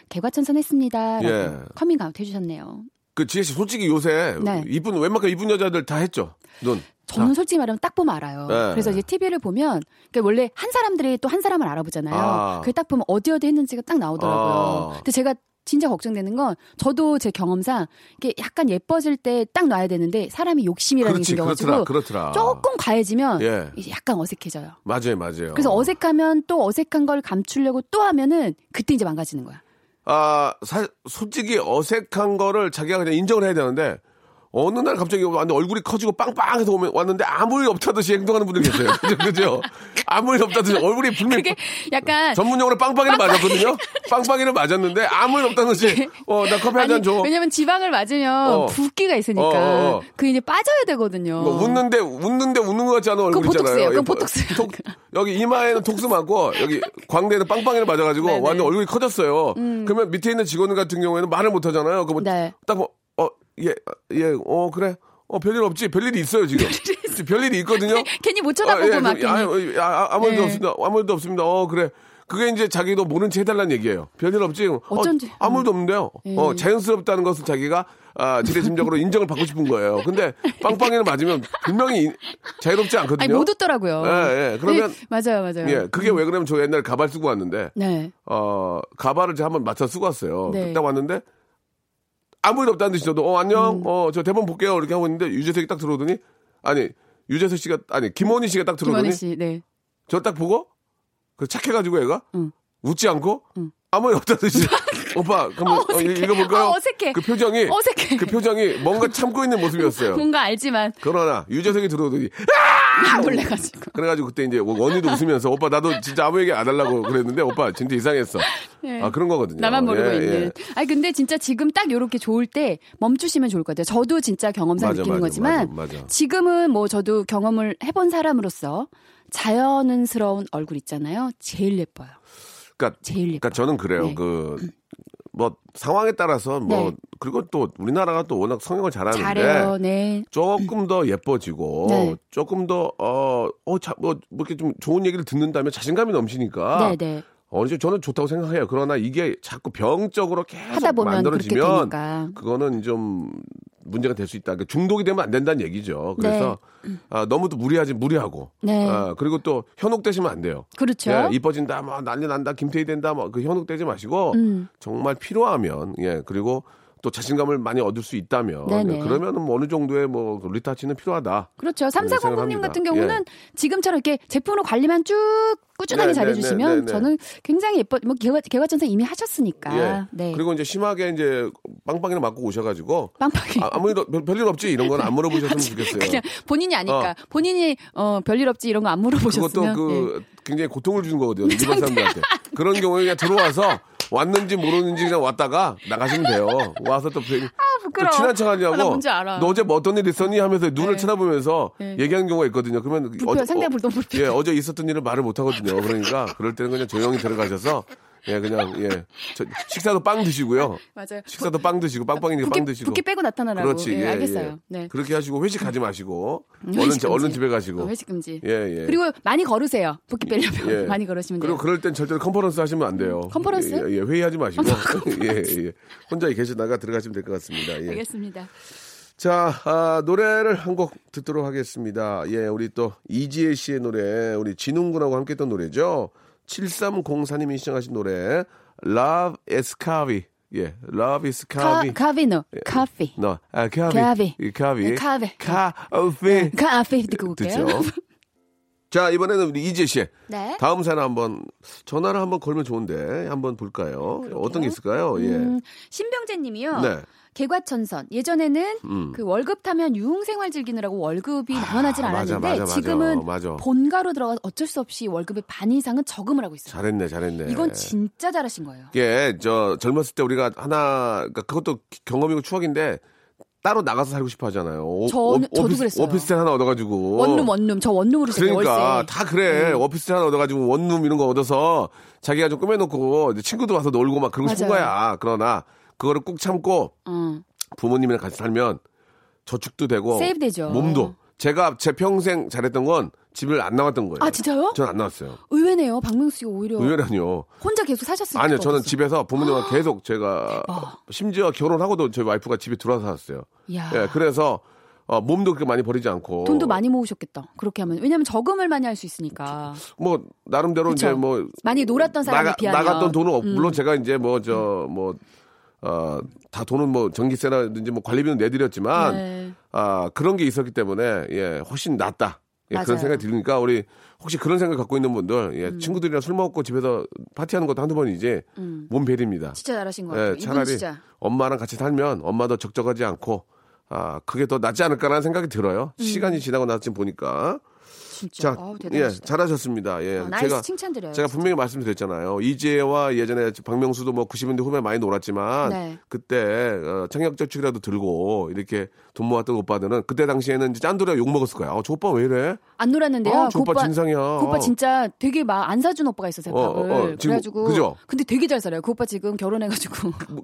S3: 개과천선했습니다. 라고
S1: 예.
S3: 커밍아웃 해주셨네요.
S1: 그 지혜 씨 솔직히 요새
S3: 네.
S1: 이쁜 웬만큼 이쁜 여자들 다 했죠. 눈.
S3: 저는 솔직히 말하면 딱 보면 알아요.
S1: 아. 네.
S3: 그래서 이제 TV를 보면 그러니까 원래 한 사람들이 또 한 사람을 알아보잖아요.
S1: 아.
S3: 그게 딱 보면 어디 어디 했는지가 딱 나오더라고요.
S1: 아.
S3: 근데 제가 진짜 걱정되는 건 저도 제 경험상 이게 약간 예뻐질 때 딱 놔야 되는데 사람이 욕심이라는
S1: 그렇지,
S3: 게
S1: 그렇더라,
S3: 생겨가지고
S1: 그렇더라.
S3: 조금 과해지면
S1: 예.
S3: 이제 약간 어색해져요.
S1: 맞아요, 맞아요.
S3: 그래서 어색하면 또 어색한 걸 감추려고 또 하면은 그때 이제 망가지는 거야.
S1: 아, 사, 솔직히 어색한 거를 자기가 그냥 인정을 해야 되는데 어느 날 갑자기 완전 얼굴이 커지고 빵빵해서 오면 왔는데 아무 일 없다듯이 행동하는 분들 계세요. 그죠? 그죠? 아무 일 없다듯이 얼굴이 분명히
S3: 그게 약간
S1: 전문용어로 빵빵이를 맞았거든요. 빵빵이를 맞았는데 아무 일 없다듯이 어, 나 커피 한 잔
S3: 아니,
S1: 줘.
S3: 왜냐면 지방을 맞으면
S1: 어.
S3: 붓기가 있으니까
S1: 어, 어, 어.
S3: 그 이제 빠져야 되거든요.
S1: 뭐 웃는데 웃는데 웃는 것 같지 않은 얼굴
S3: 그건
S1: 있잖아요.
S3: 보톡스예요.
S1: 예,
S3: 그건 보톡스예요.
S1: 톡- 여기 이마에는 톡스 맞고 여기 광대에는 빵빵이를 맞아가지고
S3: 네네. 음.
S1: 완전 얼굴이 커졌어요. 그러면 밑에 있는 직원 같은 경우에는 말을 못 하잖아요. 그러면
S3: 네.
S1: 딱 뭐, 어, 예, 예, 어 그래, 어 별일 없지, 별일이 있어요 지금. 지금 별일이 있거든요.
S3: 괜히 못 쳐다보고
S1: 어, 예,
S3: 막
S1: 그럼,
S3: 괜히.
S1: 아, 아, 아무 일도
S3: 예.
S1: 없습니다. 아무 일도 없습니다. 어 그래. 그게 이제 자기도 모른 채 해달라는 얘기예요. 별일 없지. 어,
S3: 어쩐지. 예.
S1: 아무 일도 없는데요. 어, 자연스럽다는 것을 자기가 아, 지레짐작으로 인정을 받고 싶은 거예요. 근데 빵빵이를 맞으면 분명히 인- 자유롭지 않거든요.
S3: 아니 못 웃더라고요.
S1: 예, 예. 그러면-
S3: 네, 맞아요, 맞아요.
S1: 예, 그게 왜 그러면 저 옛날 가발 쓰고 왔는데
S3: 네.
S1: 어, 가발을 제가 한번 맞춰 쓰고 왔어요.
S3: 네.
S1: 딱 왔는데 아무 일 없다는 듯이 저도 어 안녕
S3: 음.
S1: 어 저 대본 볼게요 이렇게 하고 있는데 유재석이 딱 들어오더니 아니 유재석 씨가 아니 김원희 씨가 딱 들어오더니
S3: 김원희 씨, 네.
S1: 저 딱 보고 그 착해가지고 애가
S3: 응.
S1: 웃지 않고 아무 일 없다듯이 오빠 그럼
S3: 어,
S1: 어,
S3: 어색해.
S1: 읽어볼까요?
S3: 어, 어색해.
S1: 그 표정이
S3: 어색해.
S1: 그 표정이 뭔가 참고 있는 모습이었어요.
S3: 뭔가 알지만
S1: 그러나 유재석이 들어오더니
S3: 놀래가지고.
S1: 그래가지고 그때 이제 원희도 웃으면서 오빠 나도 진짜 아무 얘기 안 하려고 그랬는데 오빠 진짜 이상했어.
S3: 네.
S1: 아 그런 거거든요.
S3: 나만 모르고
S1: 예,
S3: 있는.
S1: 예.
S3: 아니 근데 진짜 지금 딱 요렇게 좋을 때 멈추시면 좋을 것 같아요. 저도 진짜 경험상
S1: 맞아,
S3: 느끼는
S1: 맞아,
S3: 거지만
S1: 맞아, 맞아.
S3: 지금은 뭐 저도 경험을 해본 사람으로서 자연스러운 얼굴 있잖아요. 제일 예뻐요.
S1: 그러니까
S3: 제일 예뻐.
S1: 그러니까 저는 그래요.
S3: 네.
S1: 그 뭐 상황에 따라서 뭐
S3: 네.
S1: 그리고 또 우리나라가 또 워낙 성형을 잘하는데
S3: 잘해요. 네.
S1: 조금 더 예뻐지고
S3: 네.
S1: 조금 더어어뭐 이렇게 좀 좋은 얘기를 듣는 다음에 자신감이 넘치니까
S3: 네, 네.
S1: 어느 정도 저는 좋다고 생각해요. 그러나 이게 자꾸 병적으로 계속
S3: 하다 보면 그렇게
S1: 만들어지면
S3: 되니까.
S1: 그거는 좀 문제가 될 수 있다. 그러니까 중독이 되면 안 된다는 얘기죠. 그래서 아, 너무도 무리하지 무리하고
S3: 네.
S1: 아, 그리고 또 현혹되시면 안 돼요.
S3: 그렇죠.
S1: 예, 이뻐진다, 뭐 난리 난다, 김태희 된다, 뭐 그 현혹되지 마시고
S3: 음.
S1: 정말 필요하면 예 그리고 또 자신감을 많이 얻을 수 있다면
S3: 네네.
S1: 그러면은 뭐 어느 정도의 뭐 리타치는 필요하다.
S3: 그렇죠. 삼사
S1: 네,
S3: 공0님
S1: 생각합니다. 예.
S3: 같은 경우는 지금처럼 이렇게 제품으로 관리만 쭉 꾸준하게
S1: 네,
S3: 잘해
S1: 네, 네,
S3: 주시면
S1: 네, 네.
S3: 저는 굉장히 예뻐 뭐 개화 개화천선 이미 하셨으니까.
S1: 예.
S3: 네.
S1: 그리고 이제 심하게 이제 빵빵이나 맞고 오셔가지고
S3: 빵빵이
S1: 아, 아무 일 없- 별- 별일 없지 이런 건 안 물어보셨으면 좋겠어요.
S3: 그냥 본인이 아니까
S1: 어.
S3: 본인이 어, 별일 없지 이런 거 안 물어보셨으면 예.
S1: 그것도 그 굉장히 고통을 주는 거거든요. 일반 사람들한테. 그런 경우에 그냥 들어와서 왔는지 모르는지 그냥 왔다가 나가시면 돼요. 와서 또, 배- 또
S3: 아, 부끄러워.
S1: 친한 척
S3: 아, 나
S1: 하냐고.
S3: 뭔지 알아.
S1: 너 어제 뭐 어떤 일 있었니 하면서 눈을
S3: 네.
S1: 쳐다보면서
S3: 네.
S1: 얘기하는 경우가 있거든요. 그러면
S3: 불편, 상대가 불편, 불편.
S1: 예, 어제 있었던 일을 말을 못 하거든요. 그러니까 그럴 때는 그냥 조용히 들어가셔서 예, 그냥 예. 저- 식사도 빵 드시고요.
S3: 맞아요.
S1: 식사도 빵 드시고 빵빵이니까
S3: 붓기,
S1: 빵 드시고.
S3: 붓기 빼고 나타나라고.
S1: 그렇지.
S3: 예,
S1: 예,
S3: 알겠어요.
S1: 예.
S3: 네. 음,
S1: 그렇게 하시고 회식 가지 마시고
S3: 예. 회식
S1: 얼른
S3: 금지.
S1: 얼른 집에 가시고.
S3: 어, 회식 금지.
S1: 예, 예.
S3: 그리고 많이 걸으세요. 붓기 빼려면
S1: 예.
S3: 많이 걸으시면 돼요. 음,
S1: 그리고 그럴 땐 절대로 컨퍼런스 하시면 안 돼요.
S3: 컨퍼런스? 아,
S1: 예, 예, 회의하지 마시고. 예, 예. 혼자 계시다가 들어가시면 될 것 같습니다. 예.
S3: 알겠습니다.
S1: 자, 아, 노래를 한 곡 듣도록 하겠습니다. 예, 우리 또 이지혜 씨의 노래, 우리 진웅군하고 함께 했던 노래죠. 7304님이 시청하신 노래, Love is Coffee. 예, Love is
S3: 카,
S1: Coffee.
S3: 카비노. 카피.
S1: 너, 아,
S3: Coffee.
S1: Coffee. 이 Coffee.
S3: Coffee.
S1: Coffee.
S3: 카피 듣고 올게요.
S1: 네. 듣죠. 자, 이번에는 우리 이지혜 씨의
S3: 네.
S1: 다음 사연 한번 전화를 한번 걸면 좋은데 한번 볼까요? 어떤 게 있을까요? 예.
S3: 음, 신병재 님이요.
S1: 네. 음.
S3: 개과천선. 예전에는 그 월급 타면 유흥 생활 즐기느라고 월급이 남아나질
S1: 아, 맞아,
S3: 않았는데
S1: 맞아, 맞아.
S3: 지금은
S1: 맞아.
S3: 본가로 들어가서 어쩔 수 없이 월급의 반 이상은 저금을 하고 있어요.
S1: 잘했네, 잘했네.
S3: 이건 진짜 잘하신 거예요.
S1: 이게 저 젊었을 때 우리가 하나 그러니까 그것도 기- 경험이고 추억인데 따로 나가서 살고 싶어 하잖아요. 오,
S3: 저-
S1: 오-
S3: 저도
S1: 오피스,
S3: 그랬어요.
S1: 오피스텔 하나 얻어가지고
S3: 원룸 원룸 저 원룸으로 살아요,
S1: 그러니까
S3: 월세. 음.
S1: 다 그래 오피스텔 하나 얻어가지고 원룸 이런 거 얻어서 자기가 좀 꾸며놓고 이제 친구들 와서 놀고 막 그러고 싶은
S3: 맞아요.
S1: 거야. 그러나 그거를 꾹 참고
S3: 어.
S1: 부모님이랑 같이 살면 저축도 되고
S3: 세이브 되죠.
S1: 몸도 제가 제 평생 잘했던 건 집을 안 나왔던 거예요.
S3: 아 진짜요?
S1: 저는 안 나왔어요.
S3: 의외네요. 박명수 씨가 오히려
S1: 의외라뇨.
S3: 혼자 계속 사셨을
S1: 아니요,
S3: 때가
S1: 저는
S3: 없었어요. 아.
S1: 집에서 부모님과 계속 제가 심지어 결혼하고도 저희 와이프가 집에 들어와서 살았어요.
S3: 이야.
S1: 예, 그래서 어, 몸도 그렇게 많이 버리지 않고
S3: 돈도 많이 모으셨겠다. 그렇게 하면 왜냐면 저금을 많이 할 수 있으니까
S1: 뭐 나름대로
S3: 그쵸.
S1: 이제 뭐
S3: 많이 놀았던 사람에
S1: 나가,
S3: 비하면
S1: 나갔던 돈은 없-
S3: 음.
S1: 물론 제가 이제 뭐 저 뭐 어, 다 돈은 뭐 전기세라든지 뭐 관리비는 내드렸지만
S3: 네.
S1: 아 그런 게 있었기 때문에 예 훨씬 낫다. 예,
S3: 맞아요.
S1: 그런 생각이 들으니까 우리 혹시 그런 생각 갖고 있는 분들 예, 친구들이랑 술 먹고 집에서 파티하는 것도 한두 번이지
S3: 음.
S1: 몸 베립니다.
S3: 진짜 잘하신 거
S1: 예,
S3: 같아요. 이분
S1: 차라리
S3: 진짜
S1: 엄마랑 같이 살면 엄마도 적적하지 않고 아 그게 더 낫지 않을까라는 생각이 들어요. 시간이 지나고 나서 지금 보니까
S3: 음. 진짜
S1: 자,
S3: 어우,
S1: 예,
S3: 대단하시다.
S1: 잘하셨습니다. 예,
S3: 아, 나이스
S1: 제가
S3: 칭찬드려요.
S1: 제가 분명히 말씀드렸잖아요. 이재와 예전에 박명수도 뭐 90년대 후반에 많이 놀았지만
S3: 네.
S1: 그때 어, 청약저축이라도 들고 이렇게 돈 모았던 오빠들은 그때 당시에는 이제 짠돌이가 욕 먹었을 거야. 어, 저 오빠 왜 이래?
S3: 안 놀았는데요.
S1: 아, 저
S3: 그
S1: 오빠 진상이야.
S3: 그 오빠 진짜 되게 막 안 사준 오빠가 있었어요
S1: 어,
S3: 밥을.
S1: 어, 어, 지금
S3: 그래가지고
S1: 그죠?
S3: 근데 되게 잘 살아요. 그 오빠 지금 결혼해가지고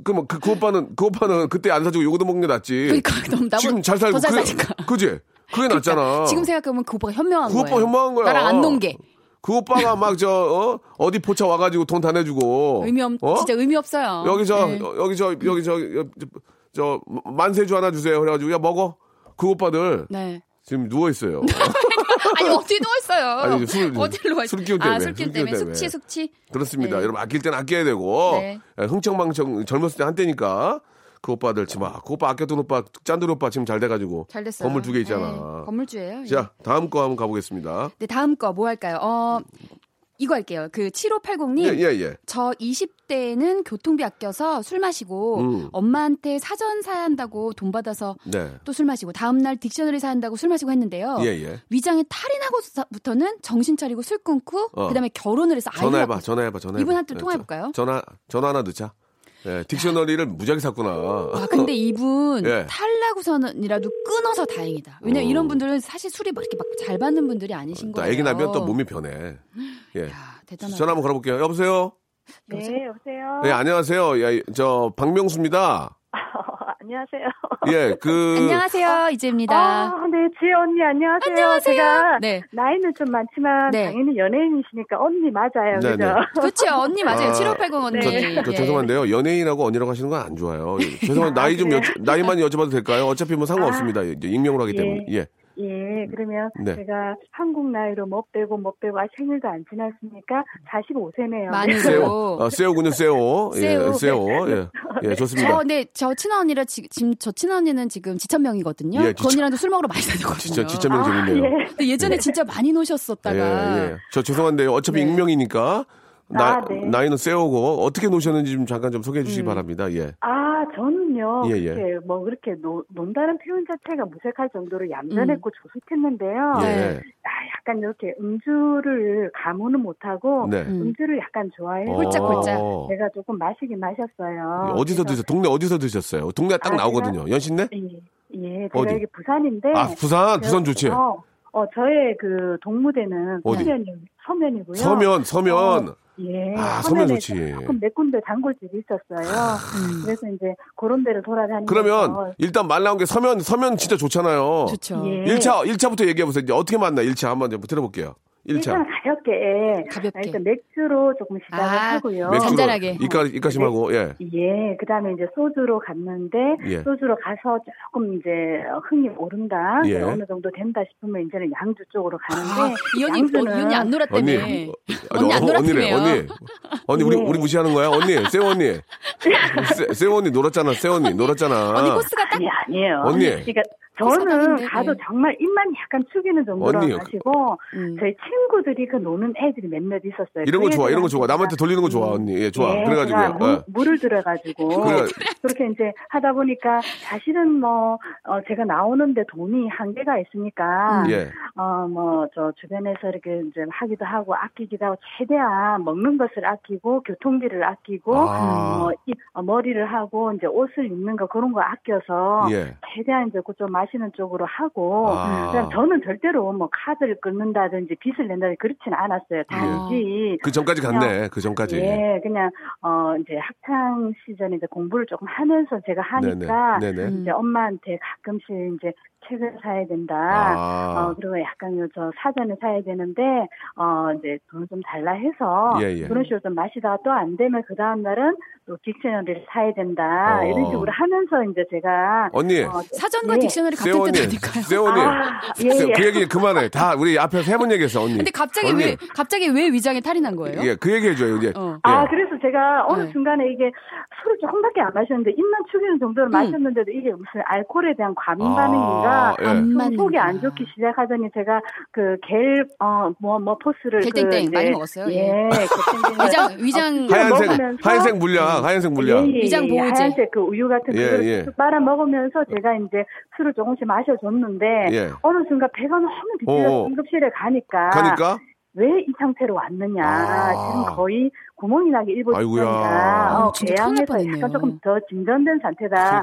S1: 그럼 그, 그 오빠는 그 오빠는 그때 안 사주고 욕도 먹는 게 낫지.
S3: 그러니까 너무 나보다
S1: 지금 잘 살고
S3: 더잘
S1: 그게-
S3: 사니까. 그러니까
S1: 그지? 그게 낫잖아.
S3: 지금 생각해보면 그 오빠가 현명한
S1: 그
S3: 거예요.
S1: 오빠 현명한 거야.
S3: 나랑 안 논 게.
S1: 그 오빠가 막 저 어? 디 포차 와가지고 돈 다 내주고
S3: 의미 없,
S1: 어?
S3: 진짜 의미 없어요.
S1: 여기 저
S3: 네.
S1: 여- 여기 저 여기 저, 여- 저- 저 만세주 하나 주세요 그래가지고 야 먹어 그 오빠들
S3: 네.
S1: 지금 누워 있어요
S3: 아니 어디 누웠어요?
S1: 아니, 술-
S3: 어디로 와있-
S1: 술 기운
S3: 아,
S1: 때문에, 술
S3: 술 기운
S1: 기운
S3: 때문에
S1: 때문에.
S3: 숙취 숙취.
S1: 그렇습니다
S3: 네.
S1: 여러분 아낄 땐 아껴야 되고
S3: 네.
S1: 예, 흥청망청 젊었을 때 한때니까 그 오빠들 지금 아, 그 오빠 아꼈던 오빠 짠돌이 오빠 지금 잘 돼가지고
S3: 잘 됐어요.
S1: 건물 두 개
S3: 네,
S1: 있잖아
S3: 건물주예요. 예.
S1: 자 다음 거 한번 가보겠습니다
S3: 네, 다음 거 뭐 할까요? 어 이거 할게요. 그 7580님.
S1: 예, 예, 예.
S3: 저 20대에는 교통비 아껴서 술 마시고
S1: 음.
S3: 엄마한테 사전 사야 한다고 돈 받아서
S1: 네.
S3: 또 술 마시고 다음 날 딕셔너리 사야 한다고 술 마시고 했는데요.
S1: 예, 예.
S3: 위장에 탈인하고부터는 정신 차리고 술 끊고
S1: 어.
S3: 그다음에 결혼을 해서 아이를
S1: 전화해봐,
S3: 갖고
S1: 전화해봐, 전화해봐.
S3: 이분한테
S1: 네,
S3: 통화해볼까요?
S1: 전화, 전화 하나 넣자. 예, 딕셔너리를 무지하게 샀구나.
S3: 아, 근데 이분
S1: 예.
S3: 탈락우선이라도 끊어서 다행이다. 왜냐면
S1: 음.
S3: 이런 분들은 사실 술이 막 이렇게 막 잘 받는 분들이 아니신
S1: 또
S3: 거예요.
S1: 애기 나면 또 몸이 변해. 예.
S3: 야, 대단하다.
S1: 전화 한번 걸어볼게요. 여보세요?
S5: 네, 여보세요.
S1: 예, 안녕하세요. 예, 저, 박명수입니다.
S5: 어, 안녕하세요.
S1: 예, 그.
S3: 안녕하세요. 이제입니다.
S5: 아, 네, 지혜 언니 안녕하세요.
S3: 안녕하세요.
S5: 제가
S3: 네.
S5: 나이는 좀 많지만
S3: 네.
S5: 당연히 연예인이시니까 언니 맞아요.
S1: 네,
S5: 그죠?
S1: 네.
S3: 그렇죠. 언니 맞아요.
S1: 아,
S3: 7580 언니.
S1: 저,
S5: 네.
S1: 저
S3: 예.
S1: 죄송한데요. 연예인하고 언니라고 하시는 건 안 좋아요. 예, 죄송한데, 나이 좀,
S5: 그래요?
S1: 여쭤- 나이만 여쭤봐도 될까요? 어차피 뭐 상관없습니다. 예, 이제 익명으로 하기
S5: 예.
S1: 때문에. 예.
S5: 예, 그러면
S1: 네.
S5: 제가 한국 나이로 못 빼고 못 빼고 아직 생일도 안 지났으니까 45세네요. 네.
S1: 세오.
S3: 만으로.
S1: 아, 세오군요, 세오. 예,
S3: 세오.
S1: 세오. 예, 예,
S3: 저,
S1: 좋습니다.
S3: 네, 저 친한 언니라 지- 지금 저 친한 언니는 지금 지천명이거든요.
S1: 예,
S3: 그 언니랑도 술 먹으러 많이 다니거든요.
S1: 진짜, 지천명
S5: 아,
S1: 재밌네요.
S3: 근데 예전에 진짜 많이 노셨었다가
S1: 예, 예. 저 죄송한데요. 어차피 익명이니까. 나,
S5: 네. 아, 네. 음.
S1: 나이는 세오고, 어떻게 노셨는지 좀 잠깐 좀 소개해 주시기 바랍니다. 예.
S5: 아, 저는요.
S1: 예, 예.
S5: 그렇게 뭐 그렇게 노, 논다는 표현 자체가 무색할 정도로
S3: 음.
S5: 얌전했고 조숙했는데요.
S1: 예.
S3: 네.
S5: 아, 약간 이렇게 음주를 가무는 못하고
S1: 네.
S5: 음주를 약간 좋아해서
S3: 홀짝홀짝.
S1: 어. 예,
S5: 제가 조금 마시긴 마셨어요.
S1: 어디서
S5: 그래서
S1: 드셨, 동네 어디서 드셨어요? 동네 딱
S5: 아,
S1: 나오거든요. 연신내?
S5: 예, 예, 제가
S1: 어디?
S5: 여기 부산인데.
S1: 아, 부산, 부산 좋지.
S5: 어, 어, 저의 그 동무대는
S1: 어디?
S5: 서면이, 서면이고요.
S1: 서면, 서면.
S5: 예.
S1: 아, 서면
S5: 서면에
S1: 좋지. 아.
S5: 조금 몇 군데 단골집이 있었어요. 음, 그래서 이제 그런 데를 돌아다니면서. 어.
S1: 그러면, 일단 말 나온 게 서면, 서면 진짜 좋잖아요.
S3: 좋죠.
S5: 예.
S1: 일 1차, 1차부터 얘기해보세요. 이제 어떻게 만나? 1차 한번 좀 들어볼게요. 1차.
S5: 일단 가볍게.
S3: 가볍게.
S5: 일단 맥주로 조금 시작을
S3: 아,
S5: 하고요.
S1: 맥주로
S3: 간단하게.
S1: 이까,
S5: 네.
S1: 이까심하고, 예.
S5: 예, 그 다음에 이제 소주로 갔는데,
S1: 예.
S5: 소주로 가서 조금 이제 흥이 오른다,
S1: 예.
S5: 어느 정도 된다 싶으면 이제는 양주 쪽으로
S3: 아,
S5: 가는데,
S3: 이 언니, 어, 이 언니 안
S1: 언니.
S3: 놀았다며.
S1: 아니,
S3: 언니 안
S1: 어, 언니래,
S3: 놀았다며요.
S1: 언니. 언니, 우리,
S5: 네.
S1: 우리 무시하는 거야? 언니, 세호 언니. 세, 세호 언니 놀았잖아, 세호 언니 놀았잖아.
S3: 언니 코스가 딱
S5: 아니, 아니에요.
S1: 언니.
S5: 그러니까
S3: 사람인데,
S5: 저는
S3: 예.
S5: 가도 정말 입만 약간 축이는 정도로
S1: 언니.
S5: 마시고,
S3: 음.
S5: 저희 친구들이 그 노는 애들이 몇몇 있었어요.
S1: 이런 거
S5: 그
S1: 좋아, 이런 거 좋아.
S5: 애들한테
S1: 남한테 돌리는 거 좋아, 언니. 예, 좋아.
S5: 예,
S1: 그래가지고,
S5: 제가 물,
S1: 예.
S5: 물을 들어가지고
S1: 그래.
S5: 그렇게 이제 하다 보니까 사실은 뭐 어, 제가 나오는데 돈이 한계가 있으니까
S3: 음.
S1: 예.
S5: 어 뭐 저 주변에서 이렇게 이제 하기도 하고 아끼기도 하고 최대한 먹는 것을 아끼고 교통비를 아끼고
S1: 아.
S5: 어, 입, 어, 머리를 하고 이제 옷을 입는 거 그런 거 아껴서
S1: 예.
S5: 최대한 이제 그좀 마시는 쪽으로 하고
S1: 아.
S5: 그냥 저는 절대로 뭐 카드를 끊는다든지 빚을 낸다든지 그렇진
S1: 예.
S5: 않았어요 단지
S1: 그 전까지 갔네, 그 전까지.
S5: 예, 그냥 어 이제 학창 시절에 이제 공부를 조금 하면서 제가 하니까
S1: 네네. 네네.
S3: 음.
S5: 이제 엄마한테 가끔씩 이제 책을 사야 된다.
S1: 아.
S5: 어 그리고 약간 요 저 사전을 사야 되는데 어 이제 돈을 좀 달라 해서
S1: 예, 예.
S5: 그런 식으로 좀 마시다가 또 안 되면 그 다음 날은 또 딕셔너리를 사야 된다
S1: 어.
S5: 이런 식으로 하면서 이제 제가
S1: 언니.
S5: 어,
S3: 사전과
S5: 예.
S3: 딕셔너리
S1: 세호
S3: 같은
S1: 언니.
S3: 뜻이니까요.
S1: 세호 언니.
S5: 아, 예,
S1: 세-
S5: 예.
S1: 그 얘기 그만해. 다 우리 앞에서 해본 얘기했어, 언니.
S3: 근데 갑자기
S1: 언니.
S3: 왜 갑자기 왜 위장에 탈이 난 거예요?
S1: 예, 그 얘기 해줘요, 이제.
S3: 어.
S1: 예.
S5: 아, 그래서 제가 어느
S3: 네.
S5: 순간에 이게 술을 조금밖에 안 마셨는데, 입만 축이는 정도로
S3: 네.
S5: 마셨는데도 이게 무슨 알코올에 대한 과민
S1: 아,
S5: 반응인가,
S1: 예.
S3: 안
S5: 좀
S3: 맞는구나.
S5: 속이 안 좋기 시작하더니 제가 그 겔, 어, 뭐, 뭐, 포스를. 그
S3: 겔땡땡
S5: 이제-
S3: 많이 먹었어요, 예.
S5: 예. 그
S3: 위장 위장
S1: 하얀색,
S5: 먹으면서-
S1: 하얀색 물량, 하얀색 물량.
S5: 예, 예,
S3: 위장
S5: 예.
S3: 보호제.
S5: 하얀색 그 우유 같은
S1: 예,
S5: 그걸
S1: 예.
S5: 쭉 빨아 먹으면서 제가 이제 술을 조금씩 마셔줬는데
S1: 예.
S5: 어느 순간 배가 너무 비틀려서
S1: 어어.
S5: 응급실에 가니까
S1: 가니까?
S5: 왜 이 상태로 왔느냐.
S1: 아.
S5: 지금 거의 구멍이 나게 일보
S1: 아이고야.
S5: 직전이다.
S3: 아, 진짜 큰일 날
S5: 대양에서
S3: 뻔했네요.
S5: 약간 조금 더 진전된 상태다.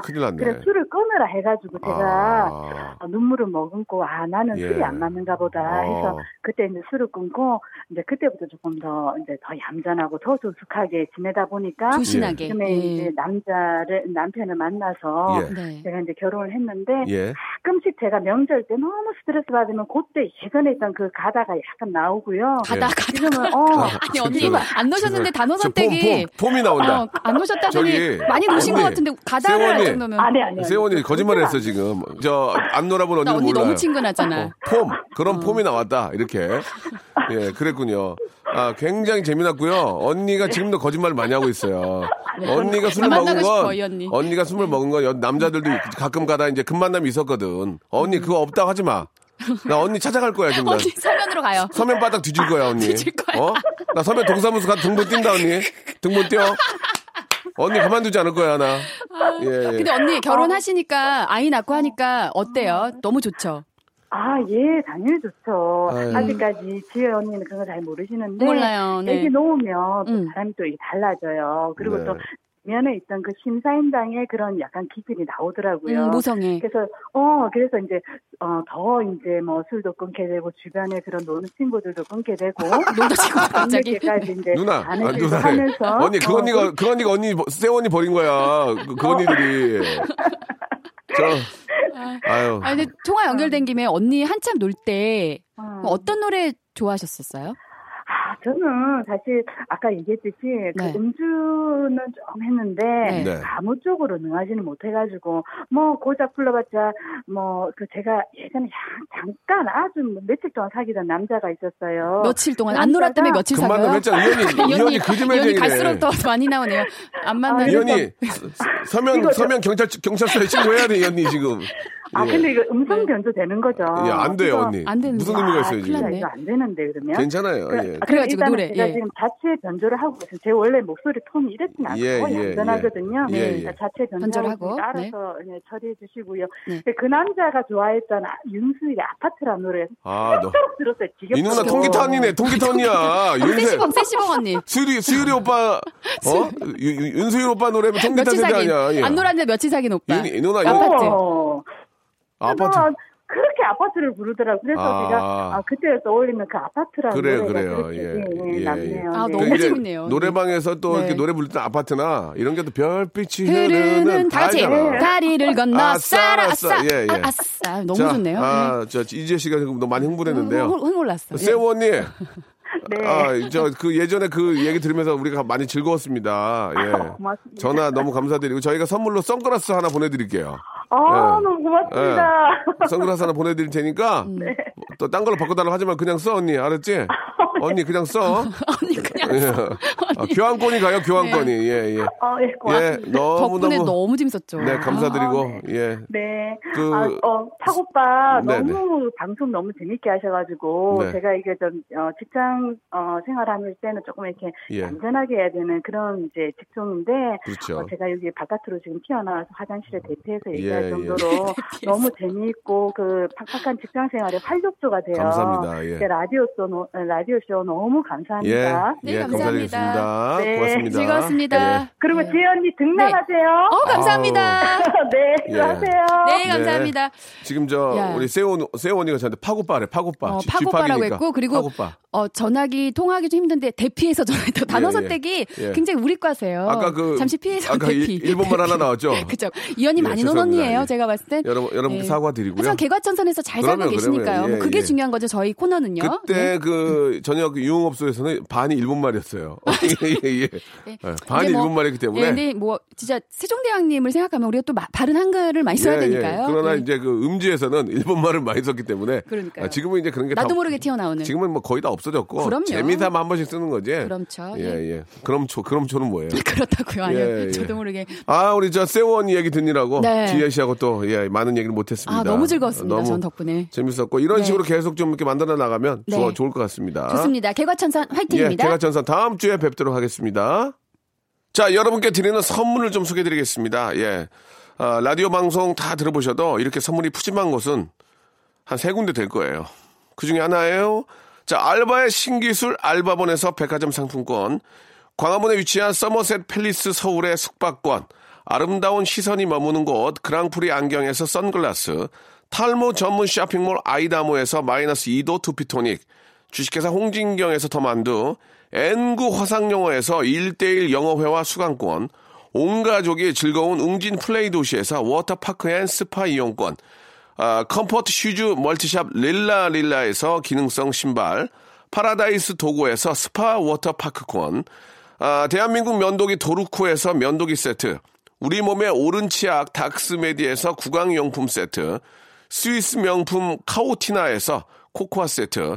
S1: 큰- 큰일 났네.
S5: 아, 그래서 술을 끊으라 해가지고 그렇죠, 제가
S1: 아.
S5: 어, 눈물을 머금고 아 나는
S1: 예.
S5: 술이 안 맞는가 보다 해서
S1: 어.
S5: 아, 그때 이제 술을 끊고 이제 그때부터 조금 더 이제 더 얌전하고 더 조숙하게 지내다 보니까
S3: 조신하게.
S5: 지금의 이제
S3: 예.
S5: 남자를 남편을 만나서
S1: 예.
S3: 네.
S5: 제가 이제 결혼을 했는데
S1: 예.
S5: 가끔씩 제가 명절 때 너무 스트레스 받으면 그때 예전에 있던 그 가다가 약간 나오고요.
S1: 예.
S3: 가다 가다.
S5: 지금은 어
S3: 아니 언니 안 넣으셨는데 단어
S1: 저 폼,
S3: 선택이
S1: 폼, 폼이 나온다.
S3: 어, 안 넣으셨다더니
S1: 저기,
S3: 많이 넣으신
S1: 언니,
S3: 것 같은데
S1: 세호
S3: 가다를 할
S1: 언니.
S3: 정도면
S5: 아니 네. 아니.
S1: 세원이 거짓말 했어, 지금. 저, 안 놀아본
S3: 나
S1: 언니는
S3: 언니
S1: 몰라요. 어.
S3: 너무 친근하잖아. 어.
S1: 폼 그런 폼이 나왔다 이렇게 예 그랬군요 아 굉장히 재미났고요 언니가 지금도 거짓말을 많이 하고 있어요 언니가 술을
S3: 네. 만나고
S1: 먹은 건
S3: 싶어, 이 언니. 네. 음.
S1: 언니가 술을 먹은 건 여- 남자들도 가끔 가다 이제 큰 만남이 있었거든 언니 그거 없다고 하지 마 나 언니 찾아갈 거야 지금 나.
S3: 언니 서면으로 가요.
S1: 서면 바닥 뒤질 거야 언니.
S3: 뒤질 거야.
S1: 어? 나 서면 동사무소 가 등본 뛴다 언니. 등본 뛰어. 언니 가만두지 않을 거야 나. 예. 예.
S3: 아, 근데 언니 결혼하시니까 아이 낳고 하니까 어때요? 너무 좋죠.
S5: 아, 예, 당연히 좋죠.
S1: 아유.
S5: 아직까지 지혜 언니는 그런 거 잘 모르시는데.
S3: 몰라요, 네.
S5: 애기 놓으면 또
S3: 음.
S5: 사람이 또 이게 달라져요. 그리고
S1: 네.
S5: 또 면에 있던 그 심사인당의 그런 약간 기질이 나오더라고요.
S3: 음, 모성애.
S5: 그래서 어 그래서 이제 어 더 이제 뭐 술도 끊게 되고 주변에 그런 노는 친구들도 끊게 되고
S3: 놀다 지금 갑자기.
S5: 밤늦게까지 이제
S1: 누나, 아,
S5: 아는 척
S1: 누나.
S5: 하면서
S1: 언니, 그
S5: 어,
S1: 언니가, 그 언니가 언니, 버- 세원이 버린 거야. 그, 그 언니들이. 저, 아유.
S3: 아, 근데 통화 연결된 김에 언니 한참 놀 때
S5: 어.
S3: 어떤 노래 좋아하셨었어요?
S5: 아, 저는 사실 아까 얘기했듯이 그
S3: 네.
S5: 음주는 좀 했는데
S1: 네.
S5: 아무 쪽으로 능하지는 못해가지고 뭐 고작 불러봤자 뭐 그 제가 예전에 야- 잠깐 아주 뭐 며칠 동안 사귀던 남자가 있었어요.
S3: 며칠 동안 안
S5: 남자가-
S3: 놀았다며 며칠
S1: 금방
S3: 사귀어요?
S1: 했잖아. 이 언니, 이 언니
S3: 이 언니
S1: 거짓말쟁이네.
S3: 갈수록 더 많이 나오네요. 안 만나는
S1: 이 언니, 서- 서면,
S5: 이거
S1: 서면 경찰, 경찰서에 신고해야 돼, 이 언니 지금.
S5: 아
S1: 예.
S5: 근데 어, 이거 음성 변조 되는 거죠?
S1: 예, 안 돼요,
S5: 이거-
S1: 언니.
S3: 안 되는데.
S1: 무슨 의미가 있어요, 지금.
S3: 네. 아, 큰일
S5: 진짜
S3: 났네.
S5: 이거 안 되는데 그러면.
S1: 괜찮아요,
S5: 그-
S1: 예.
S5: 아,
S3: 그래가지고
S5: 일단은
S3: 노래,
S5: 제가
S3: 예.
S5: 지금 자체 변조를 하고 있어요. 제 원래 목소리 톤이 이렇진 않고
S1: 예,
S5: 거의
S1: 예,
S5: 안전하거든요.
S1: 예, 예.
S5: 그러니까 자체
S3: 변조를
S5: 변조하고
S3: 하고,
S5: 알아서 예, 처리해 주시고요.
S3: 네.
S5: 근데 그 남자가 좋아했던 아- 윤수일의 아파트라는 노래
S1: 아, 너.
S5: 쭉 들었어요. 지겹고.
S1: 이 누나 통기타 언니네, 통기타 언니야. 윤세.
S3: 세시봉 세시봉 언니.
S1: 수유리, 수유리 오빠, 어? 유- 유- 윤수일 오빠 노래면 통기타
S3: 며칠
S1: 세대
S3: 사귄
S1: 아니야. 예.
S3: 안 놀았는데 며칠 사귄 오빠.
S1: 이, 이 누나, 이
S3: 아파트.
S5: 어.
S1: 아파트.
S5: 그래서 뭐 그렇게 아파트를 부르더라고요. 그래서
S1: 아.
S5: 제가 아, 그때 떠올리는 그 아파트라는
S1: 그래요,
S5: 노래가
S1: 그래요.
S5: 그렇게,
S1: 예,
S5: 예,
S1: 예,
S5: 예, 남네요.
S3: 아,
S5: 네.
S3: 너무
S1: 그러니까 이제
S3: 재밌네요.
S1: 노래방에서 또
S3: 네.
S1: 이렇게 노래 부를 때 아파트나 이런 게 또 별빛이
S3: 흐르는 다 같이 네.
S1: 알잖아.
S3: 다리를 건너
S1: 아싸,
S3: 아싸
S1: 아싸.
S3: 아싸
S1: 예, 예.
S3: 아, 아싸 너무
S1: 자,
S3: 좋네요. 음, 뭐,
S1: 아, 저 이재 씨가 지금 너무 많이 흥분했는데요.
S3: 흥몰랐어.
S1: 세원이,
S5: 네.
S1: 아, 저 그 예전에 그 얘기 들으면서 우리가 많이 즐거웠습니다. 예.
S3: 뭐.
S5: 고맙습니다.
S1: 전화 너무 감사드리고 저희가 선물로 선글라스 하나 보내드릴게요.
S5: 아,
S1: 예.
S5: 너무 고맙습니다.
S1: 선글라스 하나 보내드릴 테니까
S3: 음. 네.
S1: 또 딴 걸로 바꿔달라고 하지만 그냥 써 언니 알았지? 언니 그냥 써.
S3: 언니 그냥 네.
S1: 예. 아, 교환권이 가요 교환권이 예예.
S5: 어, 예,
S1: 예,
S5: 고맙습니다.
S1: 너무
S3: 덕분에
S1: 너무
S3: 너무 재밌었죠.
S1: 네 감사드리고
S5: 아,
S1: 예.
S5: 네.
S1: 그- 음,
S5: 아, 어, 탁오빠
S1: 네네.
S5: 너무 방송 너무 재밌게 하셔가지고
S1: 네.
S5: 제가 이게 좀 어, 직장 어, 생활하는 때는 조금 이렇게
S1: 예.
S5: 안전하게 해야 되는 그런 이제 직종인데
S1: 그렇죠.
S5: 어, 제가 여기 바깥으로 지금 튀어나와서 화장실에 대피해서
S1: 음.
S5: 얘기할
S1: 예, 예.
S5: 정도로
S3: 아,
S5: 너무 재미있고 그 팍팍한 직장 생활의 활력소가 돼요.
S1: 감사합니다. 예.
S5: 네, 라디오 쇼 라디오 쇼 너무 감사합니다.
S1: 예,
S3: 네,
S1: 예,
S3: 감사합니다.
S1: 감사드리겠습니다.
S5: 네,
S1: 고맙습니다.
S3: 즐거웠습니다.
S1: 예.
S5: 그리고
S3: 네.
S5: 지혜 언니 등단하세요.
S3: 어 감사합니다.
S5: 네,
S1: 예.
S5: 하세요.
S3: 네 감사합니다.
S1: 지금 저
S3: 야.
S1: 우리 세원 세원이가 저한테 파고빠래 파고빠.
S3: 어,
S1: 쥐-
S3: 파고빠라고
S1: 쥐파기니까.
S3: 했고, 그리고-
S1: 파고빠.
S3: 어 전화기 통화하기 좀 힘든데 대피해서 전화했다. 단어
S1: 예, 예.
S3: 선택이
S1: 예.
S3: 굉장히 우리 과세요.
S1: 아까 그
S3: 어, 잠시 피해서
S1: 아까
S3: 대피.
S1: 일, 일본말 하나 나왔죠.
S3: 그죠. 이 언니
S1: 예,
S3: 많이 논
S1: 죄송합니다.
S3: 언니예요.
S1: 예.
S3: 제가 봤을 땐.
S1: 여러분 여러분
S3: 예.
S1: 사과드리고요.
S3: 하지만 개과천선에서 잘 살고
S1: 그러면,
S3: 계시니까요.
S1: 그러면, 예,
S3: 뭐 그게
S1: 예.
S3: 중요한 거죠. 저희 코너는요. 예.
S1: 그때
S3: 네.
S1: 그 저녁 유흥업소에서는 반이 일본말이었어요.
S3: 아,
S1: 예, 예, 예. 예, 반이
S3: 근데 뭐-
S1: 일본말이기 때문에.
S3: 예, 근데 뭐 진짜 세종대왕님을 생각하면 우리가 또 마- 바른 한글을 많이
S1: 예,
S3: 써야
S1: 예.
S3: 되니까요.
S1: 그러나
S3: 예.
S1: 이제 그 음지에서는 일본말을 많이 썼기 때문에
S3: 그러니까요.
S1: 아, 지금은 이제 그런 게
S3: 나도
S1: 다-
S3: 모르게 튀어나오는.
S1: 지금은 뭐 거의 다 없어졌고
S3: 그럼요.
S1: 재미삼아 한 번씩 쓰는 거지.
S3: 그럼요.
S1: 예,
S3: 예.
S1: 예. 그럼 초 그럼 초는 뭐예요?
S3: 그렇다고요. 아니요.
S1: 예, 예.
S3: 저도 모르게.
S1: 아, 우리 저 세원 얘기 듣느라고
S3: 네.
S1: 지혜 씨하고 또 예, 많은 얘기를 못 했습니다.
S3: 아, 너무 즐거웠습니다.
S1: 너무
S3: 전 덕분에.
S1: 재밌었고 이런
S3: 네.
S1: 식으로 계속 좀 이렇게 만들어 나가면
S3: 네.
S1: 좋아, 좋을 것 같습니다.
S3: 좋습니다. 개과천선
S1: 아. 예,
S3: 화이팅입니다.
S1: 제가 전선 다음 주에 뵙도록 하겠습니다. 자, 여러분께 드리는 선물을 좀 소개해 드리겠습니다. 예. 아, 라디오 방송 다 들어보셔도 이렇게 선물이 푸짐한 곳은 한 세 군데 될 거예요. 그 중에 하나예요. 자, 알바의 신기술 알바본에서 백화점 상품권, 광화문에 위치한 서머셋 팰리스 서울의 숙박권, 아름다운 시선이 머무는 곳 그랑프리 안경에서 선글라스, 탈모 전문 쇼핑몰 아이다모에서 마이너스 2도 투피토닉, 주식회사 홍진경에서 더만두, N구 화상영어에서 1대1 영어회화 수강권, 온 가족이 즐거운 웅진 플레이 도시에서 워터파크 앤 스파 이용권, 아, 컴포트 슈즈 멀티샵 릴라 릴라에서 기능성 신발, 파라다이스 도고에서 스파 워터파크권, 아, 대한민국 면도기 도루코에서 면도기 세트, 우리 몸의 오른 치약 닥스메디에서 구강용품 세트, 스위스 명품 카오티나에서 코코아 세트,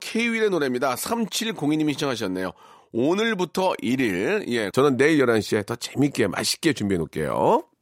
S1: 케이윌의 노래입니다. 3702님이 신청하셨네요. 오늘부터 1일. 예. 저는 내일 11시에 더 재밌게 맛있게 준비해 놓을게요.